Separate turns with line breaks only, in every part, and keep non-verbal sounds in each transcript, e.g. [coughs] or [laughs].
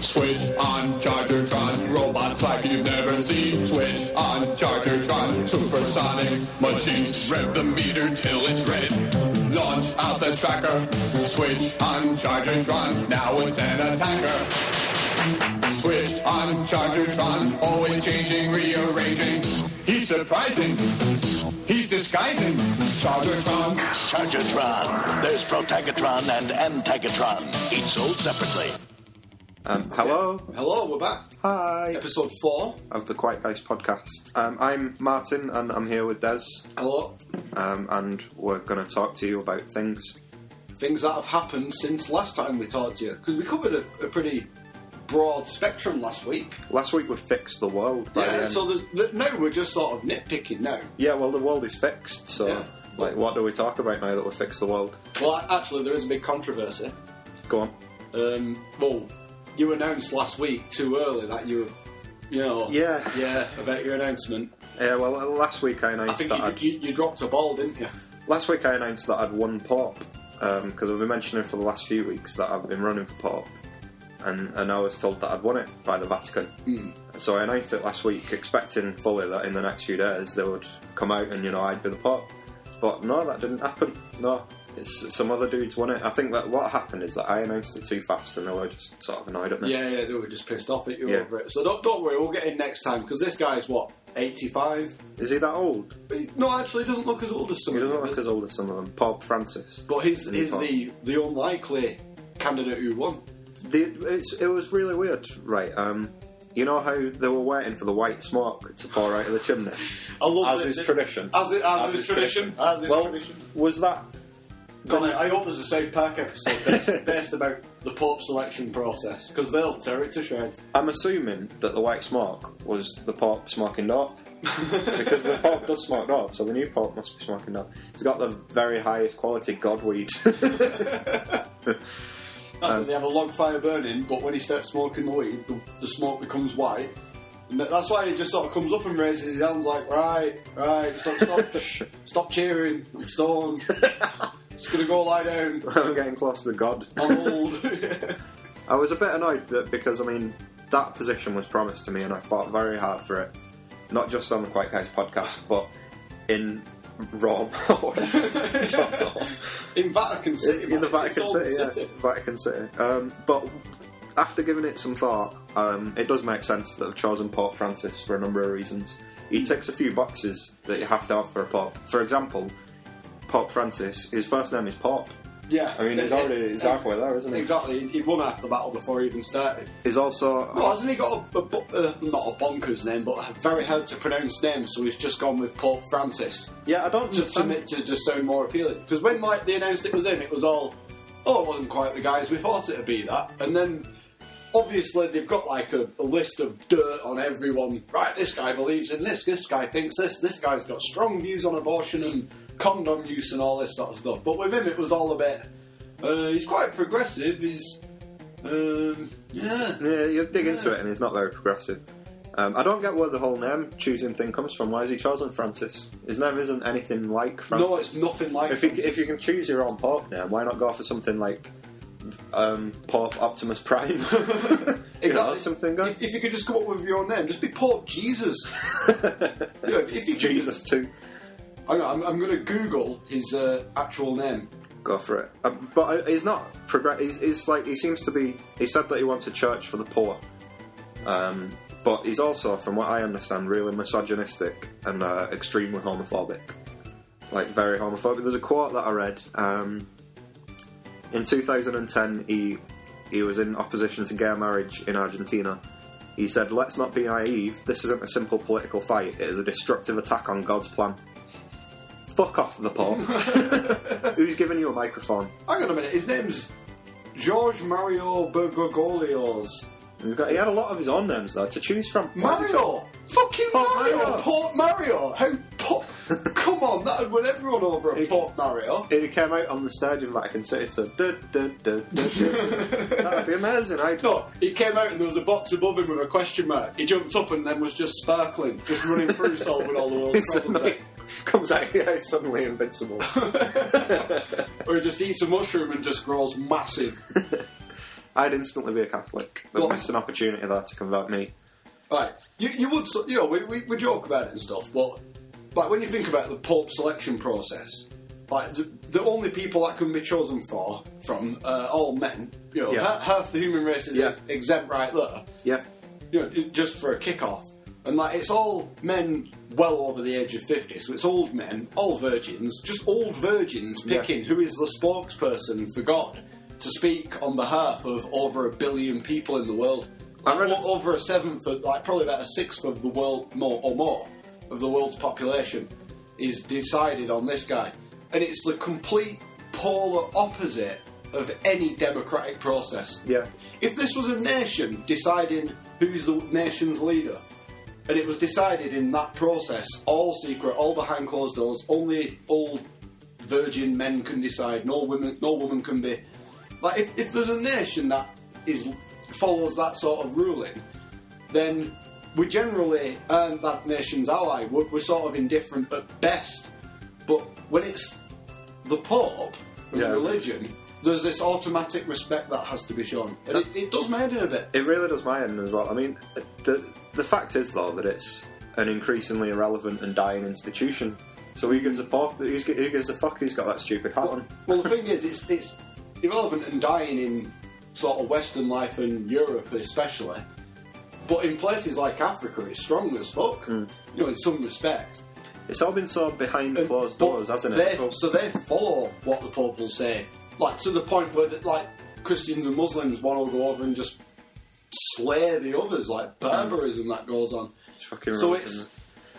Switch on Chargertron, robots like you've never seen. Switch on Chargertron, supersonic machines. Rev the meter till it's red. Launch out the tracker. Switch on Chargertron, now it's an attacker. Switch on Chargertron, always changing, rearranging. He's surprising. He's disguising. Chargertron.
Chargertron. There's Protagatron and Antagatron, each sold separately.
Um, hello.
Hello, we're back.
Hi.
Episode four.
Of the Quite Nice podcast. Um, I'm Martin and I'm here with Des.
Hello.
Um, and we're going to talk to you about things.
Things that have happened since last time we talked to you. Because we covered a, a pretty broad spectrum last week.
Last week we fixed the world. By the
Yeah,
end.
so there's, th- now we're just sort of nitpicking now.
yeah, well, the world is fixed, so.
Yeah.
Like, what do we talk about now that we fixed the world?
Well, a- actually, there is a big controversy.
Go on.
Um, well, you announced last week too early that you were, you know.
Yeah.
Yeah, about your announcement.
Yeah, well, uh, last week I
I
announced
think
that
you,
I'd,
you, you dropped a ball,
[laughs]
didn't you?
last week I announced that I'd won pop because I've been mentioning for the last few weeks that I've been running for pop, and and I was told that I'd won it by the Vatican. So I announced it last week, expecting fully that in the next few days they would come out and you know I'd be the pop, but no, that didn't happen. No. It's some other dudes won it. I think that what happened is that I announced it too fast and they were just sort of annoyed at me.
Yeah, yeah, they were just pissed off at you
Yeah.
over it. So don't, don't worry, we'll get in next time because this guy's what, 85?
Is he that old?
But he- No, actually, he doesn't look as old as some
He
of
doesn't
them,
look
does
as old as some of them. Pope Francis.
he? But he's, he's
Paul.
the, the unlikely candidate who won.
The, it's, it was really weird, right? Um, you know how they were waiting for the white smoke to pour out of the chimney,
I love
as
that-
is
that-
tradition.
As, it, as, is,
is
tradition. As is
well,
tradition.
was that?
God, I, I hope there's a South Park episode
[laughs]
based, based about the Pope selection process because they'll tear it to shreds.
I'm assuming that the white smoke was the Pope smoking
[laughs]
dope, because the Pope does smoke dope, so the new Pope must be smoking dope. He's got the very highest quality god weed. [laughs]
That's
Um,
it, they have a log fire burning, but when he starts smoking the weed, the, the smoke becomes white. And that- that's why he just sort of comes up and raises his hands like, right, right, stop,
[laughs]
stop, shh, stop cheering, I'm stoned. just gonna go lie down.
I'm getting close to God.
I'm old.
[laughs] I was a bit annoyed that because I mean that position was promised to me, and I fought very hard for it, not just on the Quite Guys podcast, [laughs] but in [laughs] Raw.
[laughs] In Vatican City,
in the
man, it's
Vatican
its own
City, yeah. Vatican City. Um, but after giving it some thought, um, it does make sense that I've chosen Pope Francis for a number of reasons. He
Hmm.
ticks a few boxes that you have to have for a pope. For example, Pope Francis, his first name is Pope.
Yeah,
I mean, he's
Yeah,
already he's
yeah.
halfway there, isn't he?
Exactly, he- he won half the battle before he even started.
He's also
No, hasn't he got a, a, bo- uh, not a bonkers name, but a very hard to pronounce name, so he's just gone with Pope Francis
yeah. I don't
to, to,
understand.
make- to just sound more appealing. Because when like, they announced it was him, it was all, oh, it wasn't quite the guys we thought it'd be that. And then obviously they've got like a, a list of dirt on everyone. Right, this guy believes in this, this guy thinks this, this guy's got strong views on abortion and condom use and all this sort of stuff. But with him, it was all a bit, uh, he's quite progressive, he's, um, yeah.
Yeah, you dig into it, and he's not very progressive. Um, I don't get where the whole name choosing thing comes from. Why is he chosen Francis? His name isn't anything like Francis.
No, it's nothing like
if you
Francis.
if you can choose your own Pope name, why not go for something like um, Pope Optimus Prime? [laughs] you know,
Exactly.
something good.
If, if you could just come up with your name, just be
[laughs]
Pope Jesus. You know, if, if you could-
Jesus too.
Hang on, I'm, I'm going to Google his uh, actual name.
Go for it. Um, but he's not progress. He's, he's like he seems to be. He said that he wants a church for the poor. Um, but he's also, from what I understand, really misogynistic and uh, extremely homophobic. Like very homophobic. There's a quote that I read. Um, in 2010, he he was in opposition to gay marriage in Argentina. He said, "Let's not be naive. This isn't a simple political fight. It is a destructive attack on God's plan." Fuck off, the Pope. Who's giving you a microphone?
Hang on a minute, his name's George Mario Bergoglio's.
He's got- He had a lot of his own names though to choose from.
Mario! Fucking
Pope
Mario!
Mario.
Port Mario! How
[laughs]
Port. Come on, that would win everyone over a
It-
Port Mario.
He came out on the stage in Vatican City to du- du- du- du-
[laughs]
du. that'd be amazing. I'd [laughs]
No, he came out and there was a box above him with a question mark. He jumped up and then was just sparkling, just running through [laughs] solving all the world's problems.
Suddenly comes out here he's suddenly
[laughs]
invincible.
Or he just eats a mushroom and just grows massive.
I'd instantly be a Catholic. They
Well-
missed an opportunity there to convert me.
Right. You, you would, so- you know, we, we, we joke about it and stuff, but like when you think about the Pope selection process, like the, the only people that can be chosen for from uh, all men, you know,
Yeah.
ha- half the human race is
Yeah.
exempt right there,
Yeah,
you know, ju- just for a kick-off. And like it's all men well over the age of 50, so it's old men, all virgins, just old virgins
Yeah.
picking who is the spokesperson for God to speak on behalf of over a billion people in the world.
I read-
Like, o- over a seventh, of, like probably about a sixth of the world, more or more, of the world's population is decided on this guy. And it's the complete polar opposite of any democratic process.
yeah,
If this was a nation deciding who's the nation's leader, and it was decided in that process, all secret, all behind closed doors, only old virgin men can decide, no women no woman can be like if, if there's a nation that is follows that sort of ruling, then we generally aren't that nation's ally. We're, we're sort of indifferent at best. But when it's the Pope and
Yeah.
religion, there's this automatic respect that has to be shown. And it, it does my head in a bit.
it really does my end as well. I mean, the the fact is though that it's an increasingly irrelevant and dying institution. So who gives a pop? Who's, who gives a fuck? Who's got that stupid hat on?
Well, the thing is, it's, it's irrelevant and dying in sort of Western life and Europe especially. But in places like Africa, it's strong as fuck. You know, in some respects.
It's all been so behind
And-
closed
but
doors, hasn't
they-
it? But-
so they follow what the Pope will say, like to the point where, that, like, Christians and Muslims, one will go over and just slay the others, like barbarism that goes on.
It's fucking
So
right,
it's.
isn't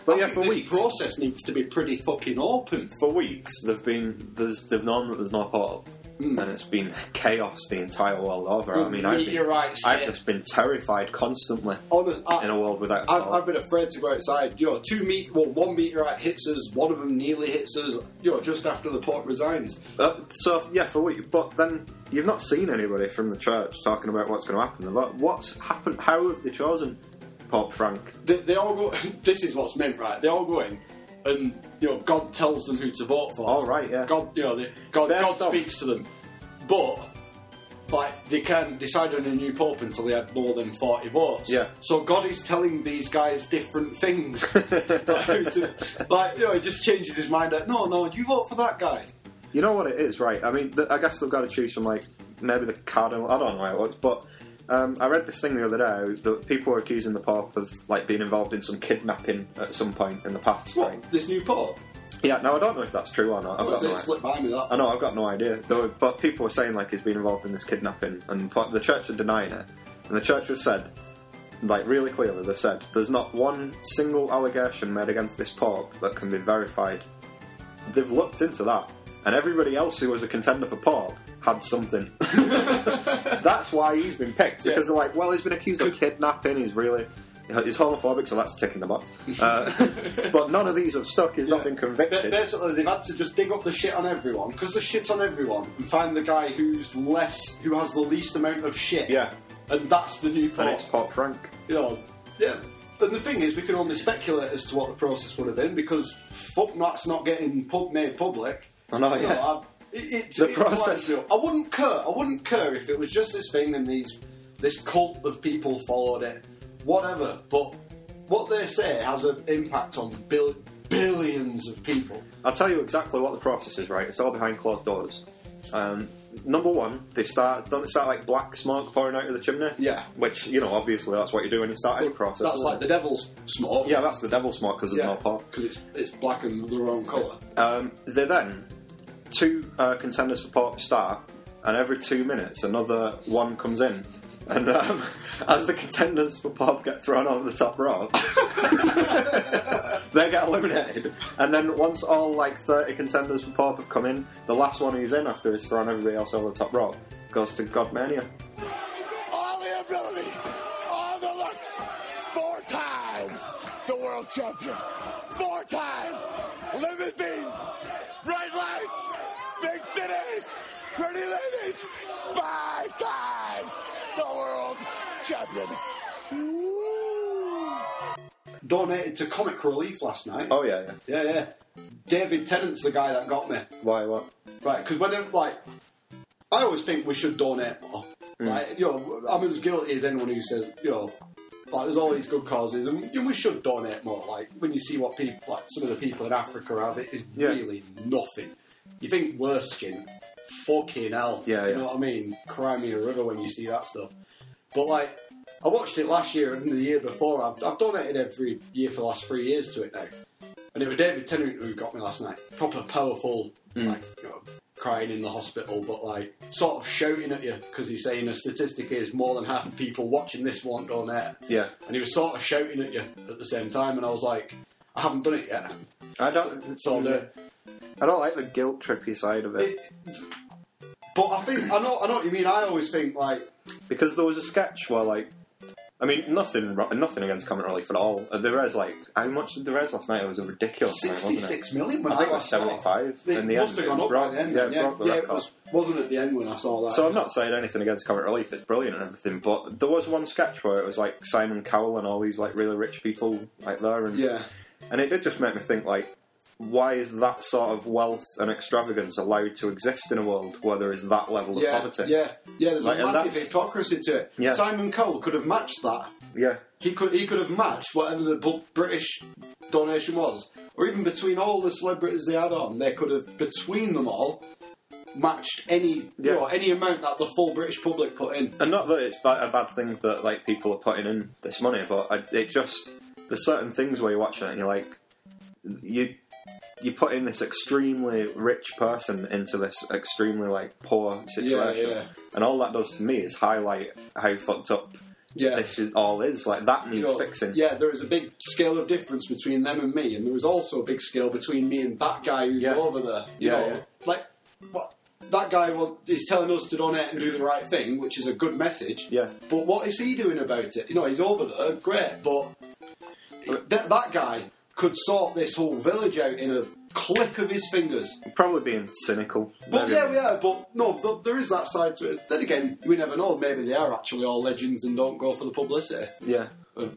But
I
yeah,
think
for
this
weeks.
process needs to be pretty fucking open.
for weeks they've been there's, they've known that there's no portal,
Hmm.
and it's been chaos the entire world over. I mean, I've,
Meet
been,
your Hmm. right
I've
shit.
just been terrified constantly
Honest, I-
in a world without. a
I've,
portal.
I've been afraid to go outside. You know, two meet, well, one meteorite hits us, one of them nearly hits us. You know, just after the Pope resigns.
Uh, so yeah, for weeks. But then you've not seen anybody from the church talking about what's going to happen. Like, what's happened? How have they chosen Pope Frank?
they, they all go. [laughs] this is what's meant, right? They all go in, and you know, God tells them who to vote for.
All right, yeah.
God, you know, they, God,
Best
God
of.
speaks to them, but like they can't decide on a new pope until they had more than forty votes.
Yeah.
So God is telling these guys
[laughs]
different things. [laughs] like, who to- like, you know, he just changes his mind. Like, no, no, you vote for that guy.
You know what it is, right? I mean, th I guess they've got to choose from like maybe the cardinal. I don't know how it was, but um, I read this thing the other day that people were accusing the Pope of like being involved in some kidnapping at some point in the past. Right?
What? This new pope?
Yeah. Now I don't know if that's true or not. I've
Oh,
got
so
no
it
idea.
slipped by me that.
I know I've got no idea. Though, but people were saying like he's been involved in this kidnapping, and po- the church were denying it, and the church was said. Like really clearly, they've said there's not one single allegation made against this pope that can be verified they've looked into that, and everybody else who was a contender for Pope had something. that's why he's been picked because
Yeah.
they're like, well, he's been accused of kidnapping. He's really he's homophobic, so that's ticking the box. Uh, [laughs] but none of these have stuck. He's not been
Ba-
convicted.
Basically, they've had to just dig up the shit on everyone because the shit on everyone, and find the guy who's less, who has the least amount of shit.
Yeah.
and that's the new
and
pop.
it's Pope Frank.
You know, yeah. And the thing is, we can only speculate as to what the process would have been because fuck, that's not getting pub- made public.
I know,
You
yeah.
I, it, it,
The
it
process-
blinds me. I wouldn't care. I wouldn't care if it was just this thing and these this cult of people followed it, whatever. But what they say has an impact on bil- billions of people.
I'll tell you exactly what the process is, right? It's all behind closed doors. Um, number one, they start don't they start like black smoke pouring out of the chimney?
Yeah.
Which you know, obviously, that's what you do when you start any process.
That's
isn't
like
it?
the devil's smoke.
yeah, that's the devil smoke because there's no Pope.
because it's it's black and the wrong colour.
Um, they then two uh, contenders for Port start, and every two minutes another one comes in. And um, [laughs] as the contenders for Pop get thrown over the top rope, [laughs] they get eliminated. And then once all like 30 contenders for Pop have come in, the last one who's in after he's thrown everybody else over the top rope goes to Godmania.
All the ability, all the looks. Four times the world champion. Four times limousine, bright lights, big cities, pretty ladies. Five times the world champion. Woo.
Donated to Comic Relief last night.
Oh, yeah, yeah.
Yeah, yeah. David Tennant's the guy that got me.
Why, what?
Right, because when it, like, I always think we should donate more.
Mm.
Like, you know, I'm as guilty as anyone who says, you know, like there's all these good causes, and we should donate more. Like when you see what people, like some of the people in Africa have, it is
Yeah.
really nothing. You think worse skin, fucking hell.
Yeah,
you
yeah.
know what I mean? Cry me a river when you see that stuff. But like, I watched it last year and the year before. I've, I've donated every year for the last three years to it now. And it was David Tennant who got me last night. Proper powerful,
Hmm.
like, you know, crying in the hospital, but like, sort of shouting at you because he's saying the statistic is more than half of people watching this won't donate.
Yeah.
And he was sort of shouting at you at the same time, and I was like, I haven't done it yet.
I don't.
So the,
Mm. I don't like the guilt trippy side of it
it, but I think I know I know what you mean. I always think like
because there was a sketch where like. I mean, nothing, ro- nothing against Common Relief at all. Uh, The res, like, how much did the res last night? It was a ridiculous night, wasn't it?
sixty-six million. When
I think it was
last saw
75
It
in the end.
must have gone up
Broke-
by the end.
yeah,
then,
broke the
yeah it
record.
was, wasn't at the end when I saw that.
So I'm not saying anything against Comic Relief; it's brilliant and everything. But there was one sketch where it was like Simon Cowell and all these like really rich people like there, and
yeah,
and it did just make me think like, why is that sort of wealth and extravagance allowed to exist in a world where there is that level of
yeah,
poverty?
yeah, yeah. There's
Like,
a
and
massive
that's-
hypocrisy to it.
Yeah.
Simon Cole could have matched that.
yeah,
He could he could have matched whatever the bu- British donation was, or even between all the celebrities they had on, they could have between them all matched any
Yeah.
you know, any amount that the full British public put in.
and not that it's ba- a bad thing that like people are putting in this money, but I, it just there's certain things where you're watching it and you're like, you you put in this extremely rich person into this extremely like poor situation,
yeah.
and all that does to me is highlight how fucked up
Yeah.
this is all is. Like that needs
know,
fixing.
Yeah, there is a big scale of difference between them and me, and there was also a big scale between me and that guy who's
Yeah.
over there. You
Yeah,
know,
yeah.
like what that guy well, is telling us to donate and do the right thing, which is a good message.
Yeah.
But what is he doing about it? You know, he's over there, great, but that that guy could sort this whole village out in a click of his fingers.
Probably being cynical.
But
Maybe.
yeah, we are. But no, but there is that side to it. Then again, we never know. Maybe they are actually all legends and don't go for the publicity.
Yeah.
Uh,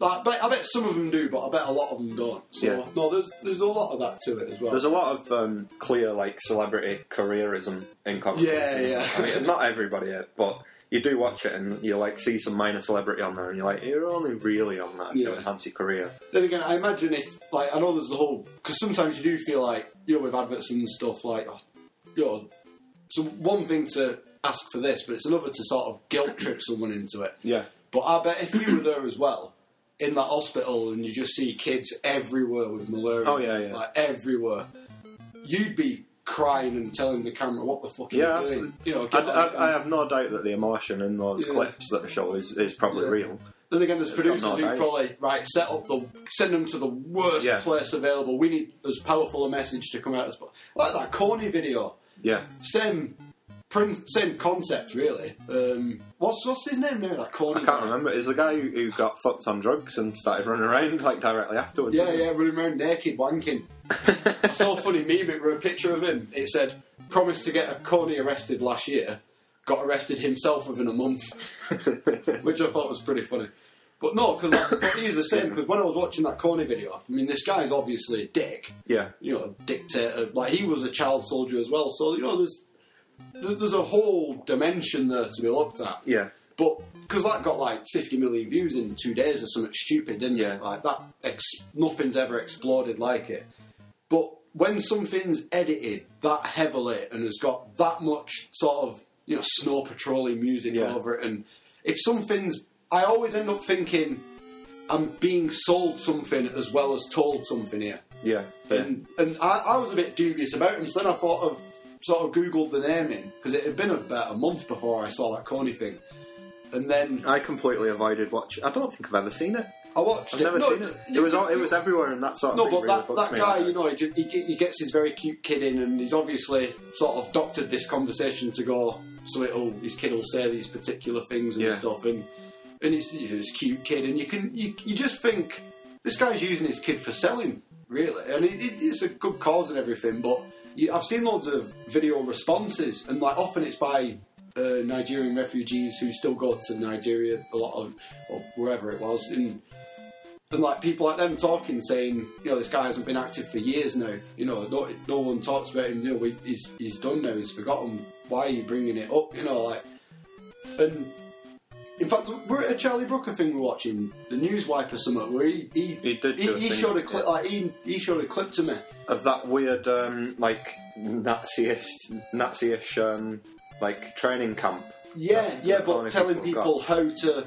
I bet, I bet some of them do, but I bet a lot of them don't. So,
Yeah.
no, there's there's a lot of that to it as well.
There's a lot of um, clear like celebrity careerism in comedy.
Yeah, yeah.
I mean, not everybody, eh, but you do watch it and you like see some minor celebrity on there, and you're like, you're only really on that to
Yeah.
enhance your career.
then again, I imagine if like I know there's the whole because sometimes you do feel like you know with adverts and stuff like oh, you know, so one thing to ask for this, but it's another to sort of guilt trip someone into it.
Yeah.
But I bet if you were there as well in that hospital and you just see kids everywhere with malaria,
Oh, yeah, yeah.
like everywhere, you'd be crying and telling the camera what the fuck are
Yeah,
you doing?
absolutely.
You know,
I,
get on it
I, I
and-
have no doubt that the emotion in those
Yeah.
clips that show is, is probably
Yeah.
real.
Then again, there's producers
not
who
right.
probably right set up the send them to the worst
Yeah.
place available. We need as powerful a message to come out as possible. Like that corny video,
Yeah.
same prin- same concept really. Um, what's what's his name now? That corny.
I can't
guy?
remember. Is the guy who, who got fucked on drugs and started running around [laughs] like directly afterwards?
Yeah, yeah, running around naked wanking. I saw
[laughs]
a funny meme. It were a picture of him. It said, "Promised to get a corny arrested last year, got arrested himself within a month." [laughs] which I thought was pretty funny. But no, because like, he's the same. Because when I was watching that corny video, I mean, this guy's obviously a dick.
Yeah.
You know, a dictator. Like he was a child soldier as well. So you know, there's there's, there's a whole dimension there to be looked at.
Yeah.
But because that got like 50 million views in two days or something stupid, didn't
Yeah.
it? Like that, ex- nothing's ever exploded like it. But when something's edited that heavily and has got that much sort of you know snow patrolling music
Yeah.
over it, and if something's, I always end up thinking I'm being sold something as well as told something here.
[laughs] Yeah.
And and I, I was a bit dubious about him, so then I thought of sort of googled the name in because it had been about a month before I saw that corny thing, and then
I completely avoided watch. I don't think I've ever seen it.
I watched.
I've
it.
never
No,
seen it. It was all, it was everywhere, and that sort of
No,
thing
but
really
that,
bugs
that
me.
guy, you know, he, just, he, ge- he gets his very cute kid in, and he's obviously sort of doctored this conversation to go so it'll his kid will say these particular things and
Yeah.
stuff, and and it's you know, this cute kid, and you can you, you just think this guy's using his kid for selling, really, and it, it, it's a good cause and everything, but you, I've seen loads of video responses, and like often it's by. Uh, Nigerian refugees who still go to Nigeria, a lot of, or wherever it was, and and like people like them talking, saying, you know, this guy hasn't been active for years now. You know, no, no one talks about him. You know, we, he's he's done now. He's forgotten. Why are you bringing it up? You know, like And in fact, we're at a Charlie Brooker thing we're watching, the Newswipe or something, where he he,
He did
he,
do a
he
thing,
showed a clip
yeah.
like he, he showed a clip to me.
of that weird um, like Naziist Nazi-ish um, like training camp.
Yeah, yeah, but
only
telling people
people
how to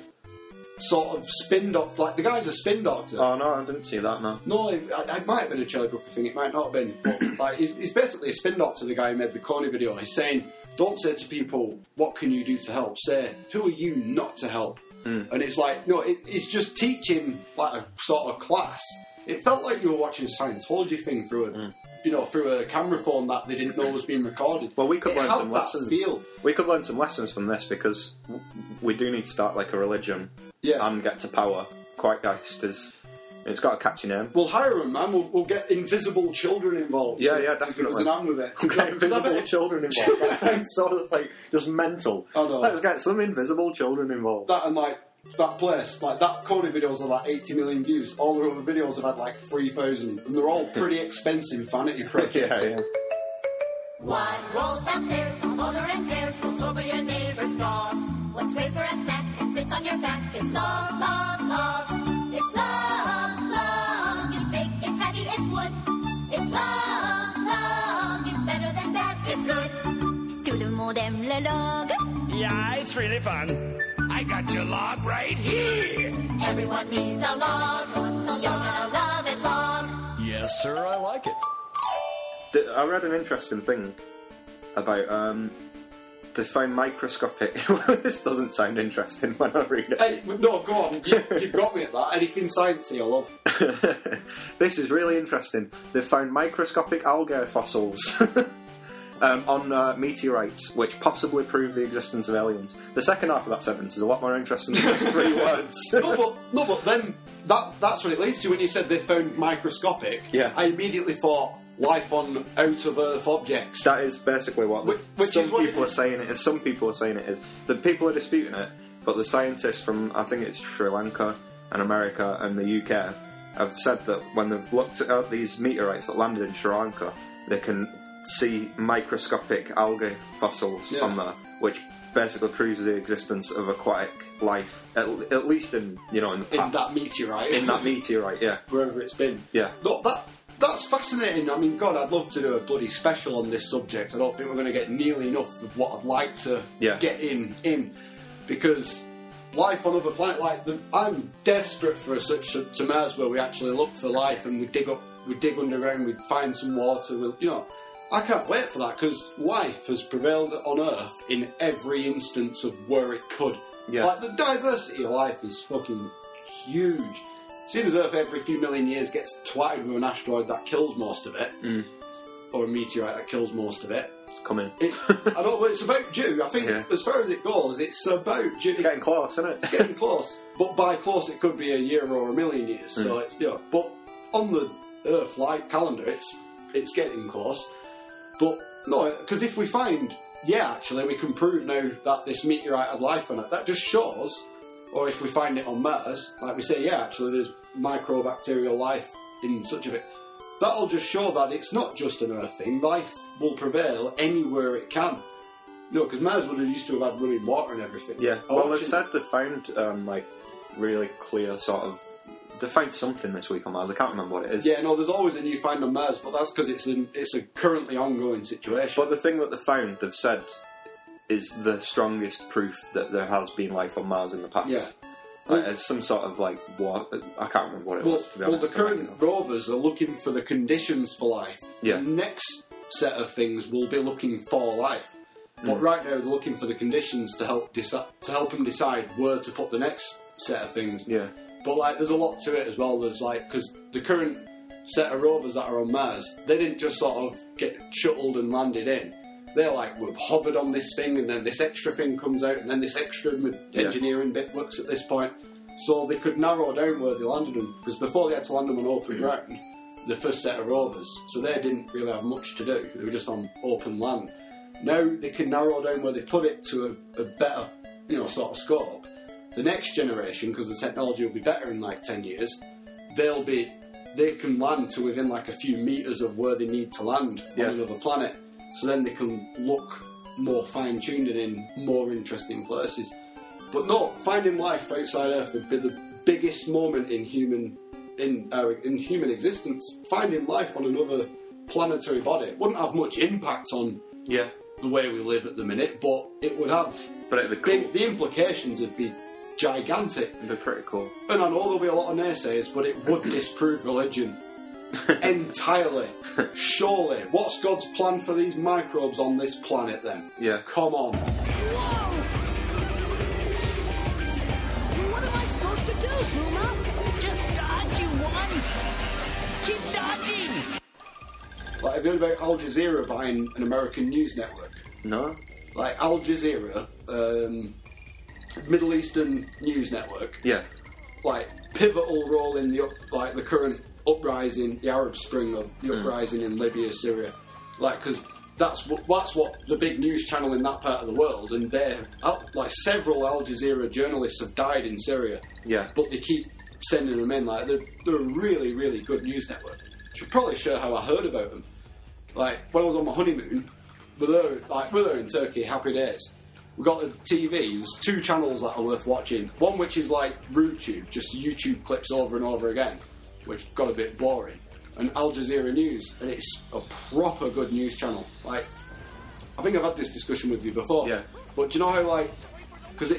sort of spin doctor. Like the guy's a spin doctor.
Oh no, I didn't see that. No,
No, it, I- it might have been a Charlie Brooker thing. It might not have been.
[clears throat]
But, like, he's, he's basically a spin doctor. The guy who made the corny video. He's saying, "Don't say to people, what can you do to help? Say, who are you not to help?"
Hmm.
And it's like, no, it, it's just teaching like a sort of class. It felt like you were watching a Scientology thing through a,
Hmm.
you know, through a camera phone that they didn't know was being recorded.
well we could
It
learn
had
some
that
lessons.
Feel.
We could learn some lessons from this because w- we do need to start like a religion
Yeah.
and get to power. Quite is it's got a catchy name.
[laughs] We'll hire them, man. We'll, we'll get invisible children involved.
Yeah,
to-
yeah,
to Give us
definitely.
an hand with
[laughs]
it. [laughs]
We've got
Yeah, 'cause I bet
invisible
if-
children involved.
[laughs]
That sounds sort of like just mental.
Oh, no.
Let's get some invisible children involved.
that and like that place, like that Cody videos are like 80 million views. All the other videos have had like 3,000, and they're all pretty expensive vanity
[laughs]
projects.
yeah, yeah.
One rolls downstairs, from motor and hairs, rolls over your neighbor's dog. What's great for a snack and fits on your back? It's log, log, log. It's log, log. It's big, it's heavy, it's wood. It's log, log. It's better than bad, it's good. Doodle mo dem le log.
Yeah, it's really fun. I got your log right here.
Everyone needs a log. So you're gonna love it, log.
Yes, sir, I like it.
Th- I read an interesting thing about um, they found microscopic. [laughs] this doesn't sound interesting when I read it.
Hey, no, go on. You, you've got me at that. Anything sciencey, I love.
this is really interesting. They found microscopic algae fossils [laughs] um, on uh, meteorites, which possibly prove the existence of aliens. The second half of that sentence is a lot more interesting than just three [laughs] words.
No, but no, but then that that's what it leads to. When you said they found microscopic,
Yeah.
I immediately thought life on out of Earth objects.
That is basically what
Which- which
some
is what it
people
is.
are saying. It is some people are saying it is. The people are disputing it, but the scientists from I think it's Sri Lanka and America and the UK have said that when they've looked at these meteorites that landed in Sri Lanka, they can see microscopic algae fossils
Yeah.
on there, which basically proves the existence of aquatic life, at, at least in you know in the
in
past.
that meteorite,
in that meteorite, yeah,
wherever it's been.
yeah.
No, that that's fascinating. I mean, God, I'd love to do a bloody special on this subject. I don't think we're going to get nearly enough of what I'd like to
Yeah.
get in in because life on other planet, like the, I'm desperate for a such a, to Mars where we actually look for life and we dig up, we dig underground, we find some water. We'll, you know, I can't wait for that because life has prevailed on Earth in every instance of where it could.
Yeah.
Like the diversity of life is fucking huge. Seeing as Earth every few million years gets twatted with an asteroid that kills most of it,
Mm.
or a meteorite that kills most of it.
It's coming. [laughs]
It's, I don't. Well, it's about due. I think
Yeah.
as far as it goes, it's about due.
It's getting close, isn't it?
It's getting close, but by close it could be a year or a million years.
Hmm.
So it's you know, but on the Earth light calendar, it's it's getting close. But no, because if we find, yeah, actually, we can prove now that this meteorite had life on it. That just shows, or if we find it on Mars, like we say, yeah, actually, there's microbacterial life in such a bit. That'll just show that it's not just an Earth thing. Life will prevail anywhere it can. No, because Mars would have used to have had running water and everything.
Yeah.
I
Well,
watched
they
it-
said they found um, like really clear sort of. They found something this week on Mars. I can't remember what it is.
Yeah, no, there's always a new find on Mars, but that's because it's an, it's a currently ongoing situation.
But the thing that they found, they've said, is the strongest proof that there has been life on Mars in the past.
Yeah.
Like, it's some sort of like what I can't remember what it
well,
was. To be
well,
honest,
the
I might
current
know.
rovers are looking for the conditions for life.
Yeah.
The next set of things will be looking for life.
Mm.
But right now, they're looking for the conditions to help deci- to help them decide where to put the next set of things.
Yeah.
But like, there's a lot to it as well. There's like, because the current set of rovers that are on Mars, they didn't just sort of get shuttled and landed in. They're like, we've hovered on this thing, and then this extra thing comes out, and then this extra ma-
Yeah.
engineering bit works at this point. So they could narrow down where they landed them, because before they had to land them on open ground, the first set of rovers, so they didn't really have much to do. They were just on open land. Now they can narrow down where they put it to a, a better, you know, sort of scope. The next generation, because the technology will be better in like ten years, they'll be they can land to within like a few meters of where they need to land
Yeah.
on another planet. So then they can look more fine tuned and in more interesting places. But no, finding life outside Earth would be the biggest moment in human in uh, in human existence. Finding life on another planetary body wouldn't have much impact on
Yeah,
the way we live at the minute, but it would have.
but it'd be cool.
The, the implications would be gigantic.
It'd be pretty cool.
And I know there'll be a lot of naysayers, but it would
[laughs]
disprove religion entirely. Surely. What's God's plan for these microbes on this planet then?
Yeah.
Come on.
What am I supposed to do, Puma? Just dodge, you one. Keep dodging.
Like, have you heard about Al Jazeera buying an American news network?
No,
Like, Al Jazeera, um, Middle Eastern news network,
yeah,
like, pivotal role in the, up, like, the current uprising, the Arab Spring, of the uprising in Libya, Syria. Like, because that's, what- that's what the big news channel in that part of the world, and they're, Al- like, several Al Jazeera journalists have died in Syria.
Yeah.
But they keep sending them in. Like, they're, they're a really, really good news network. Should probably show how I heard about them like when I was on my honeymoon, we were like we were in Turkey, happy days. We got the TV. There's two channels that are worth watching. One which is like RooTube, just YouTube clips over and over again, which got a bit boring. And Al Jazeera News, and it's a proper good news channel. Like, I think I've had this discussion with you before.
Yeah.
But do you know how like, because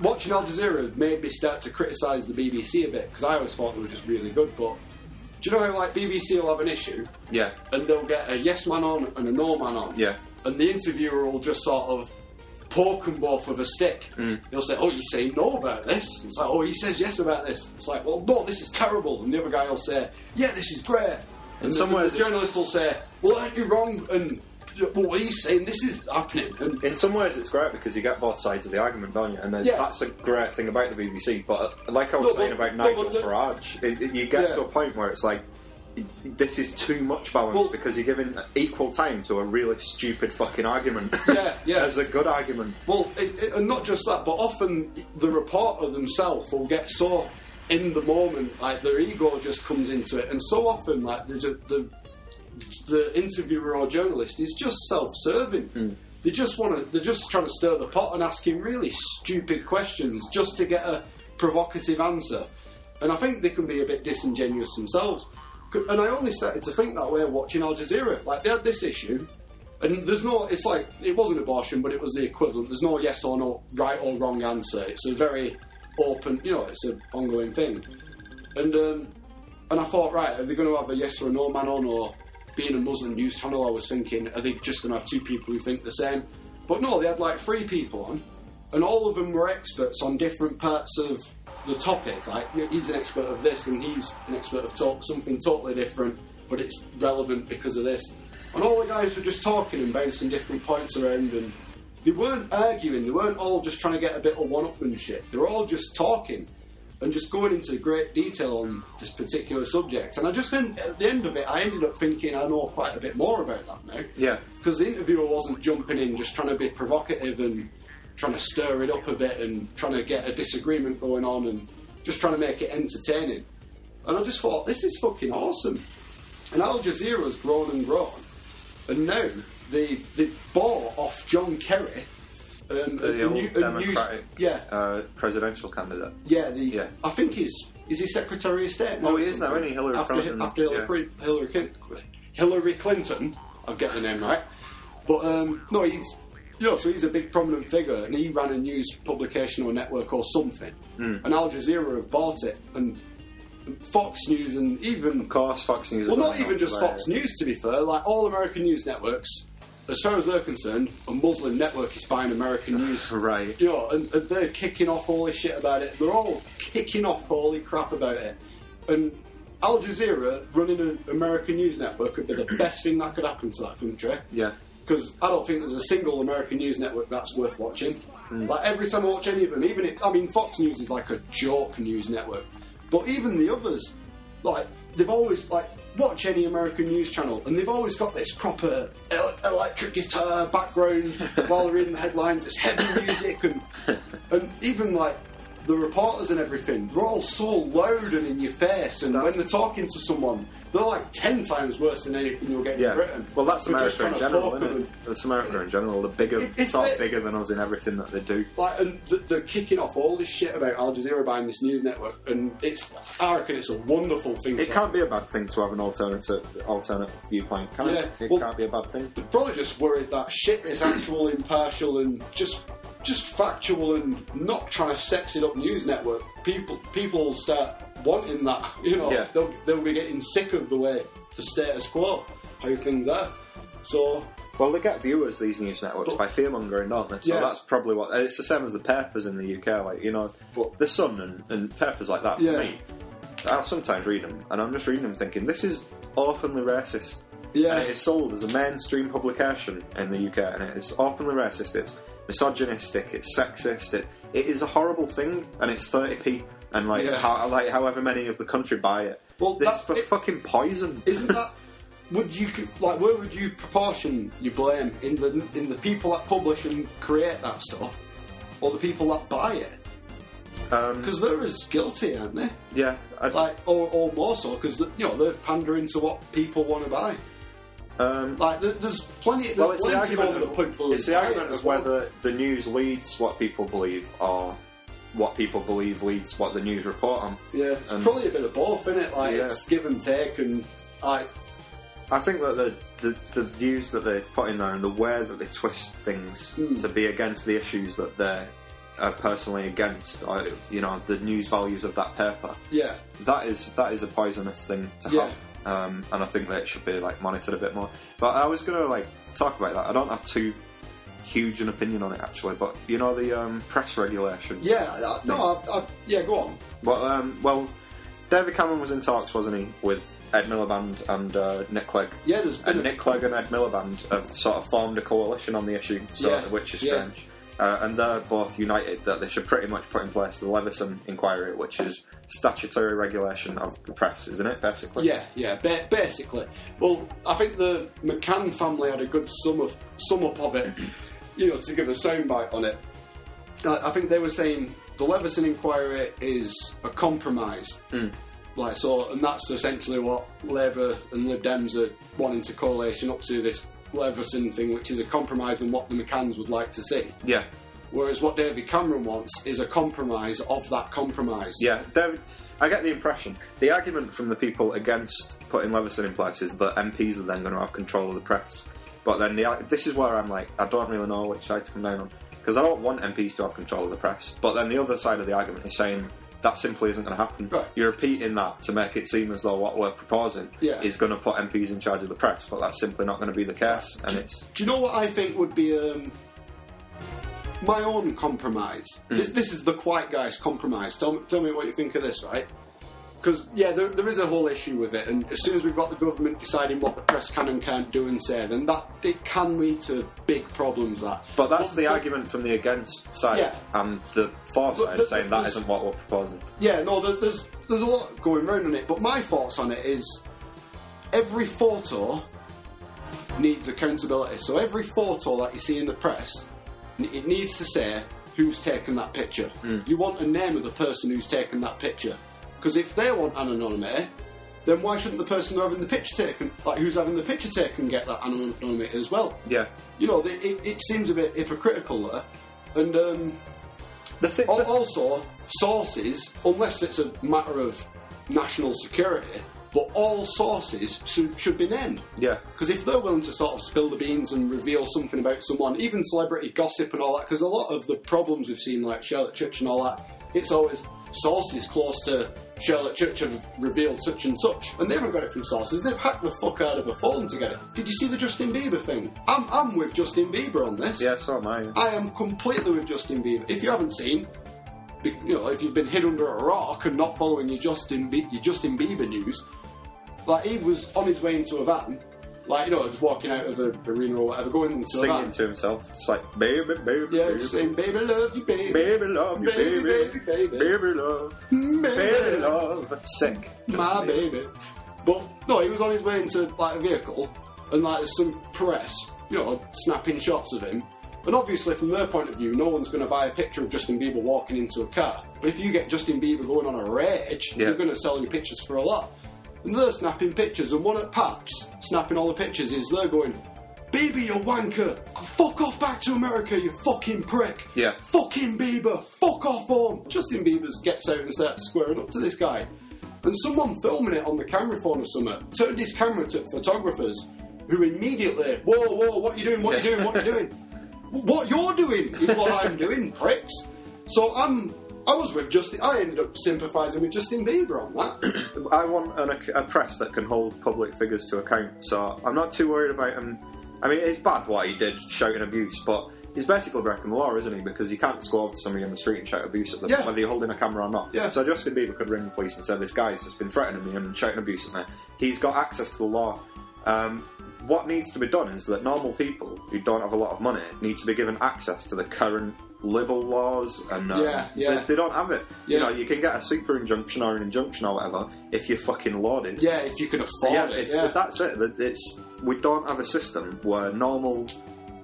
watching Al Jazeera made me start to criticise the BBC a bit because I always thought they were just really good. But do you know how like BBC will have an issue,
yeah,
and they'll get a yes man on and a no man on.
Yeah.
And the interviewer will just sort of poke them both with a stick.
Mm.
He'll say, Oh, you say no about this. It's like, Oh, he says yes about this. It's like, Well, no, this is terrible. And the other guy will say, Yeah, this is great. And,
some
the,
ways
the
it's-
journalist will say, Well, aren't you wrong? And well, he's saying this is happening. And
in some ways it's great because you get both sides of the argument, don't you? And then
Yeah.
that's a great thing about the BBC. But uh, like I
No,
was
but-
saying about
no,
Nigel
but the-
Farage, it, it- you get
Yeah.
to a point where it's like y- this is too much balance
Well-
because you're giving equal time to a really stupid fucking argument
[laughs] Yeah, yeah.
as a good argument.
Well, it, it, and not just that, but often the reporter themselves will get so in the moment, like their ego just comes into it, and so often, like there's a, the the interviewer or journalist is just self-serving. They just want to. They're just trying to stir the pot and asking really stupid questions just to get a provocative answer. And I think they can be a bit disingenuous themselves. C- And I only started to think that way watching Al Jazeera. Like they had this issue, and there's no. It's like it wasn't abortion, but it was the equivalent. There's no yes or no, right or wrong answer. It's a very open. You know, it's an ongoing thing. And um, and I thought, right, are they going to have a yes or a no man on? Or being a Muslim news channel, I was thinking, are they just going to have two people who think the same? But no, they had like three people on, and all of them were experts on different parts of the topic. Like, you know, he's an expert of this, and he's an expert of talk, something totally different, but it's relevant because of this. And all the guys were just talking and bouncing different points around, and they weren't arguing. They weren't all just trying to get a bit of one-upmanship. They were all just talking and just going into great detail on this particular subject. And I just then, at the end of it, I ended up thinking I know quite a bit more about that now.
Yeah.
Because the interviewer wasn't jumping in, just trying to be provocative and trying to stir it up a bit and trying to get a disagreement going on and just trying to make it entertaining. And I just thought, this is fucking awesome. And Al Jazeera's grown and grown. And now they, they bought off John Kerry. Um,
The,
a
old
new- a news-
Democratic
yeah,
uh, presidential candidate.
yeah, the
Yeah.
I think he's is he Secretary of State? now
Oh,
or
he is now,
something?
isn't he? Hillary
after,
Clinton,
After Hillary,
yeah.
Crin- Hillary, Clinton, Hillary Clinton, I'll get the name right. But um, no, he's you know, so he's a big prominent figure, and he ran a news publication or network or something.
Hmm.
And Al Jazeera have bought it, and Fox News, and even
Of course, Fox News.
well,
have
not
done
even
that
just
today.
Fox News, to be fair. Like all American news networks, as far as they're concerned, a Muslim network is buying American news.
[sighs] Right.
You know, and, and they're kicking off all this shit about it. They're all kicking off holy crap about it. And Al Jazeera running an American news network would be the best thing that could happen to that country.
Yeah.
Because I don't think there's a single American news network that's worth watching. Like every time I watch any of them, even if I mean Fox News is like a joke news network, but even the others, like they've always like watch any American news channel and they've always got this proper el- electric guitar background while they're reading the headlines. It's heavy music and and even like the reporters and everything, they're all so loud and in your face, and
That's-
when they're talking to someone, they're like ten times worse than anything you'll get in
Yeah.
Britain.
Well, that's
They're just
America in
trying to
general,
poke
isn't
them
it? That's America in general. They're bigger,
If- if
sort of
they-
bigger than us in everything that they do.
Like, and th- they're kicking off all this shit about Al Jazeera buying this news network, and it's, I reckon it's a wonderful thing.
It
to
can't be a bad thing to have an alternative, alternate viewpoint, can it?
Yeah.
It
Well-
can't be a bad thing.
probably just worried that shit is actual, impartial, and just just factual, and not trying to sex it up news network. People people will start wanting that. [laughs] You know,
Yeah.
they'll they'll be getting sick of the way the status quo, how things are. So
Well, they get viewers these news networks
But-
by fearmongering, don't they? So
Yeah.
that's probably what. and It's the same as the papers in the UK, like you know,
But-
the Sun and, and papers like that.
Yeah.
To me, I sometimes read them, and I'm just reading them thinking this is openly racist.
Yeah.
and it is sold as a mainstream publication in the UK, and it is openly racist. It's misogynistic. It's sexist. It it is a horrible thing, and it's 30p, and like
Yeah.
how, like however many of the country buy it.
Well,
this
that's-
for
it-
fucking poison.
isn't that? Would you like? Where would you proportion your blame in the in the people that publish and create that stuff, or the people that buy it?
[laughs] Um,
Because they're as guilty, aren't they?
yeah, I,
Like, or, or more so, because you know they're pandering to what people want to buy.
um,
Like, there, there's plenty. There's
Well, it's the
plenty of
argument.
older people.
Of, it's
who
the
buy
argument
it
of
as well.
whether the news leads what people believe, or what people believe leads what the news report on.
Yeah, it's
and-
probably a bit of both, isn't it? Like,
Yeah.
it's give and take, and like,
I think that the the, the views that they put in there and the way that they twist things
Hmm.
to be against the issues that they're uh, personally against, or you know, the news values of that paper.
yeah,
that is that is a poisonous thing to
Yeah.
have, um, and I think that it should be like monitored a bit more. But I was going to like talk about that. I don't have too huge an opinion on it actually, but you know the um, press regulation.
yeah. I, no, I, I, yeah. Go on.
Well, um, well, David Cameron was in talks, wasn't he, with Ed Miliband and uh, Nick Clegg?
Yeah, there's been
and
a-
Nick Clegg and Ed Miliband have sort of formed a coalition on the issue, so,
Yeah,
which is
yeah.
strange. Uh, and they're both united that they should pretty much put in place the Leveson inquiry, which is statutory regulation of the press, isn't it? Basically,
Yeah, yeah, ba- basically. Well, I think the McCann family had a good sum of sum up of it, [clears throat] you know, to give a soundbite on it. I, I think they were saying the Leveson inquiry is a compromise, like so, and that's essentially what Labour and Lib Dems are wanting to coalition up to this Leveson thing, which is a compromise on what the McCanns would like to see.
yeah,
Whereas what David Cameron wants is a compromise of that compromise.
yeah. David, I get the impression the argument from the people against putting Leveson in place is that MPs are then going to have control of the press. But then the, this is where I'm like, I don't really know which side to come down on because I don't want MPs to have control of the press. But then the other side of the argument is saying that simply isn't going to happen.
Right.
You're repeating that to make it seem as though what we're proposing
Yeah.
is going to put MPs in charge of the press, but that's simply not going to be the case. And it's
Do you know what I think would be um, my own compromise?
Hmm.
This, this is the quiet guy's compromise. Tell me, tell me what you think of this, right? Because yeah, there, there is a whole issue with it, and as soon as we've got the government deciding what the press can and can't do and say, then that it can lead to big problems. That,
but that's the argument from the against side
Yeah.
and the for side
but-
saying that
but there's-
isn't what we're proposing.
yeah, no, there, there's there's a lot going round on it. But my thoughts on it is every photo needs accountability. So every photo that you see in the press, n- it needs to say who's taken that picture. You want a name of the person who's taken that picture, because if they want an anonymity, then why shouldn't the person who's having the picture taken, like who's having the picture taken, get that anonymity as well?
Yeah.
You know, it, it, it seems a bit hypocritical there, and. um
The thing,
Al- also, sources, unless it's a matter of national security, but all sources should, should be named.
Yeah.
Because if they're willing to sort of spill the beans and reveal something about someone, even celebrity gossip and all that, because a lot of the problems we've seen, like Charlotte Church and all that, it's always sources close to Charlotte Church have revealed such and such, and they haven't got it from sources. They've hacked the fuck out of a phone to get it. Did you see the Justin Bieber thing? I'm, I'm with Justin Bieber on this.
yeah, so am I. yeah.
I am completely with Justin Bieber. If you haven't seen, be- you know, if you've been hid under a rock and not following your Justin Bie- your Justin Bieber news, like he was on his way into a van, like you know, just walking out of an arena or whatever, going into a
Singing
van.
to himself. It's like, baby, baby,
yeah,
baby.
just saying, baby, love you, baby,
Baby love, you,
Baby,
baby,
baby, baby.
love,
Mm,
baby love, sick,
my baby. But no, he was on his way into like a vehicle, and like there's some press, you know, snapping shots of him. And obviously, from their point of view, no one's going to buy a picture of Justin Bieber walking into a car. But if you get Justin Bieber going on a rage,
Yeah.
you're going to sell your pictures for a lot. And they're snapping pictures, and one at Paps snapping all the pictures is they're going, Bieber, you wanker! Fuck off back to America, you fucking prick!
Yeah.
Fucking Bieber! Fuck off home! Justin Bieber gets out and starts squaring up to this guy. And someone filming it on the camera phone or something turned his camera to photographers who immediately, whoa, whoa, what you doing, what you doing, what you doing? [laughs] what you're doing is what I'm doing, pricks. So I'm, I was with Justin, I ended up sympathising with Justin Bieber
[coughs]
on that.
I want an, a press that can hold public figures to account, so I'm not too worried about him. I mean, it's bad what he did, shouting abuse, but he's basically breaking the law, isn't he? Because you can't just go over to somebody in the street and shout abuse at them,
Yeah.
whether you're holding a camera or not.
Yeah.
So Justin Bieber could ring the police and say, This guy's just been threatening me and shouting abuse at me. He's got access to the law. Um, what needs to be done is that normal people who don't have a lot of money need to be given access to the current libel laws and um,
Yeah, yeah.
They, they don't have it. You
Yeah.
know, you can get a super injunction or an injunction or whatever if you're fucking lauded.
yeah, if you can afford
yeah.
it.
If,
yeah.
That's it. That- It's we don't have a system where normal,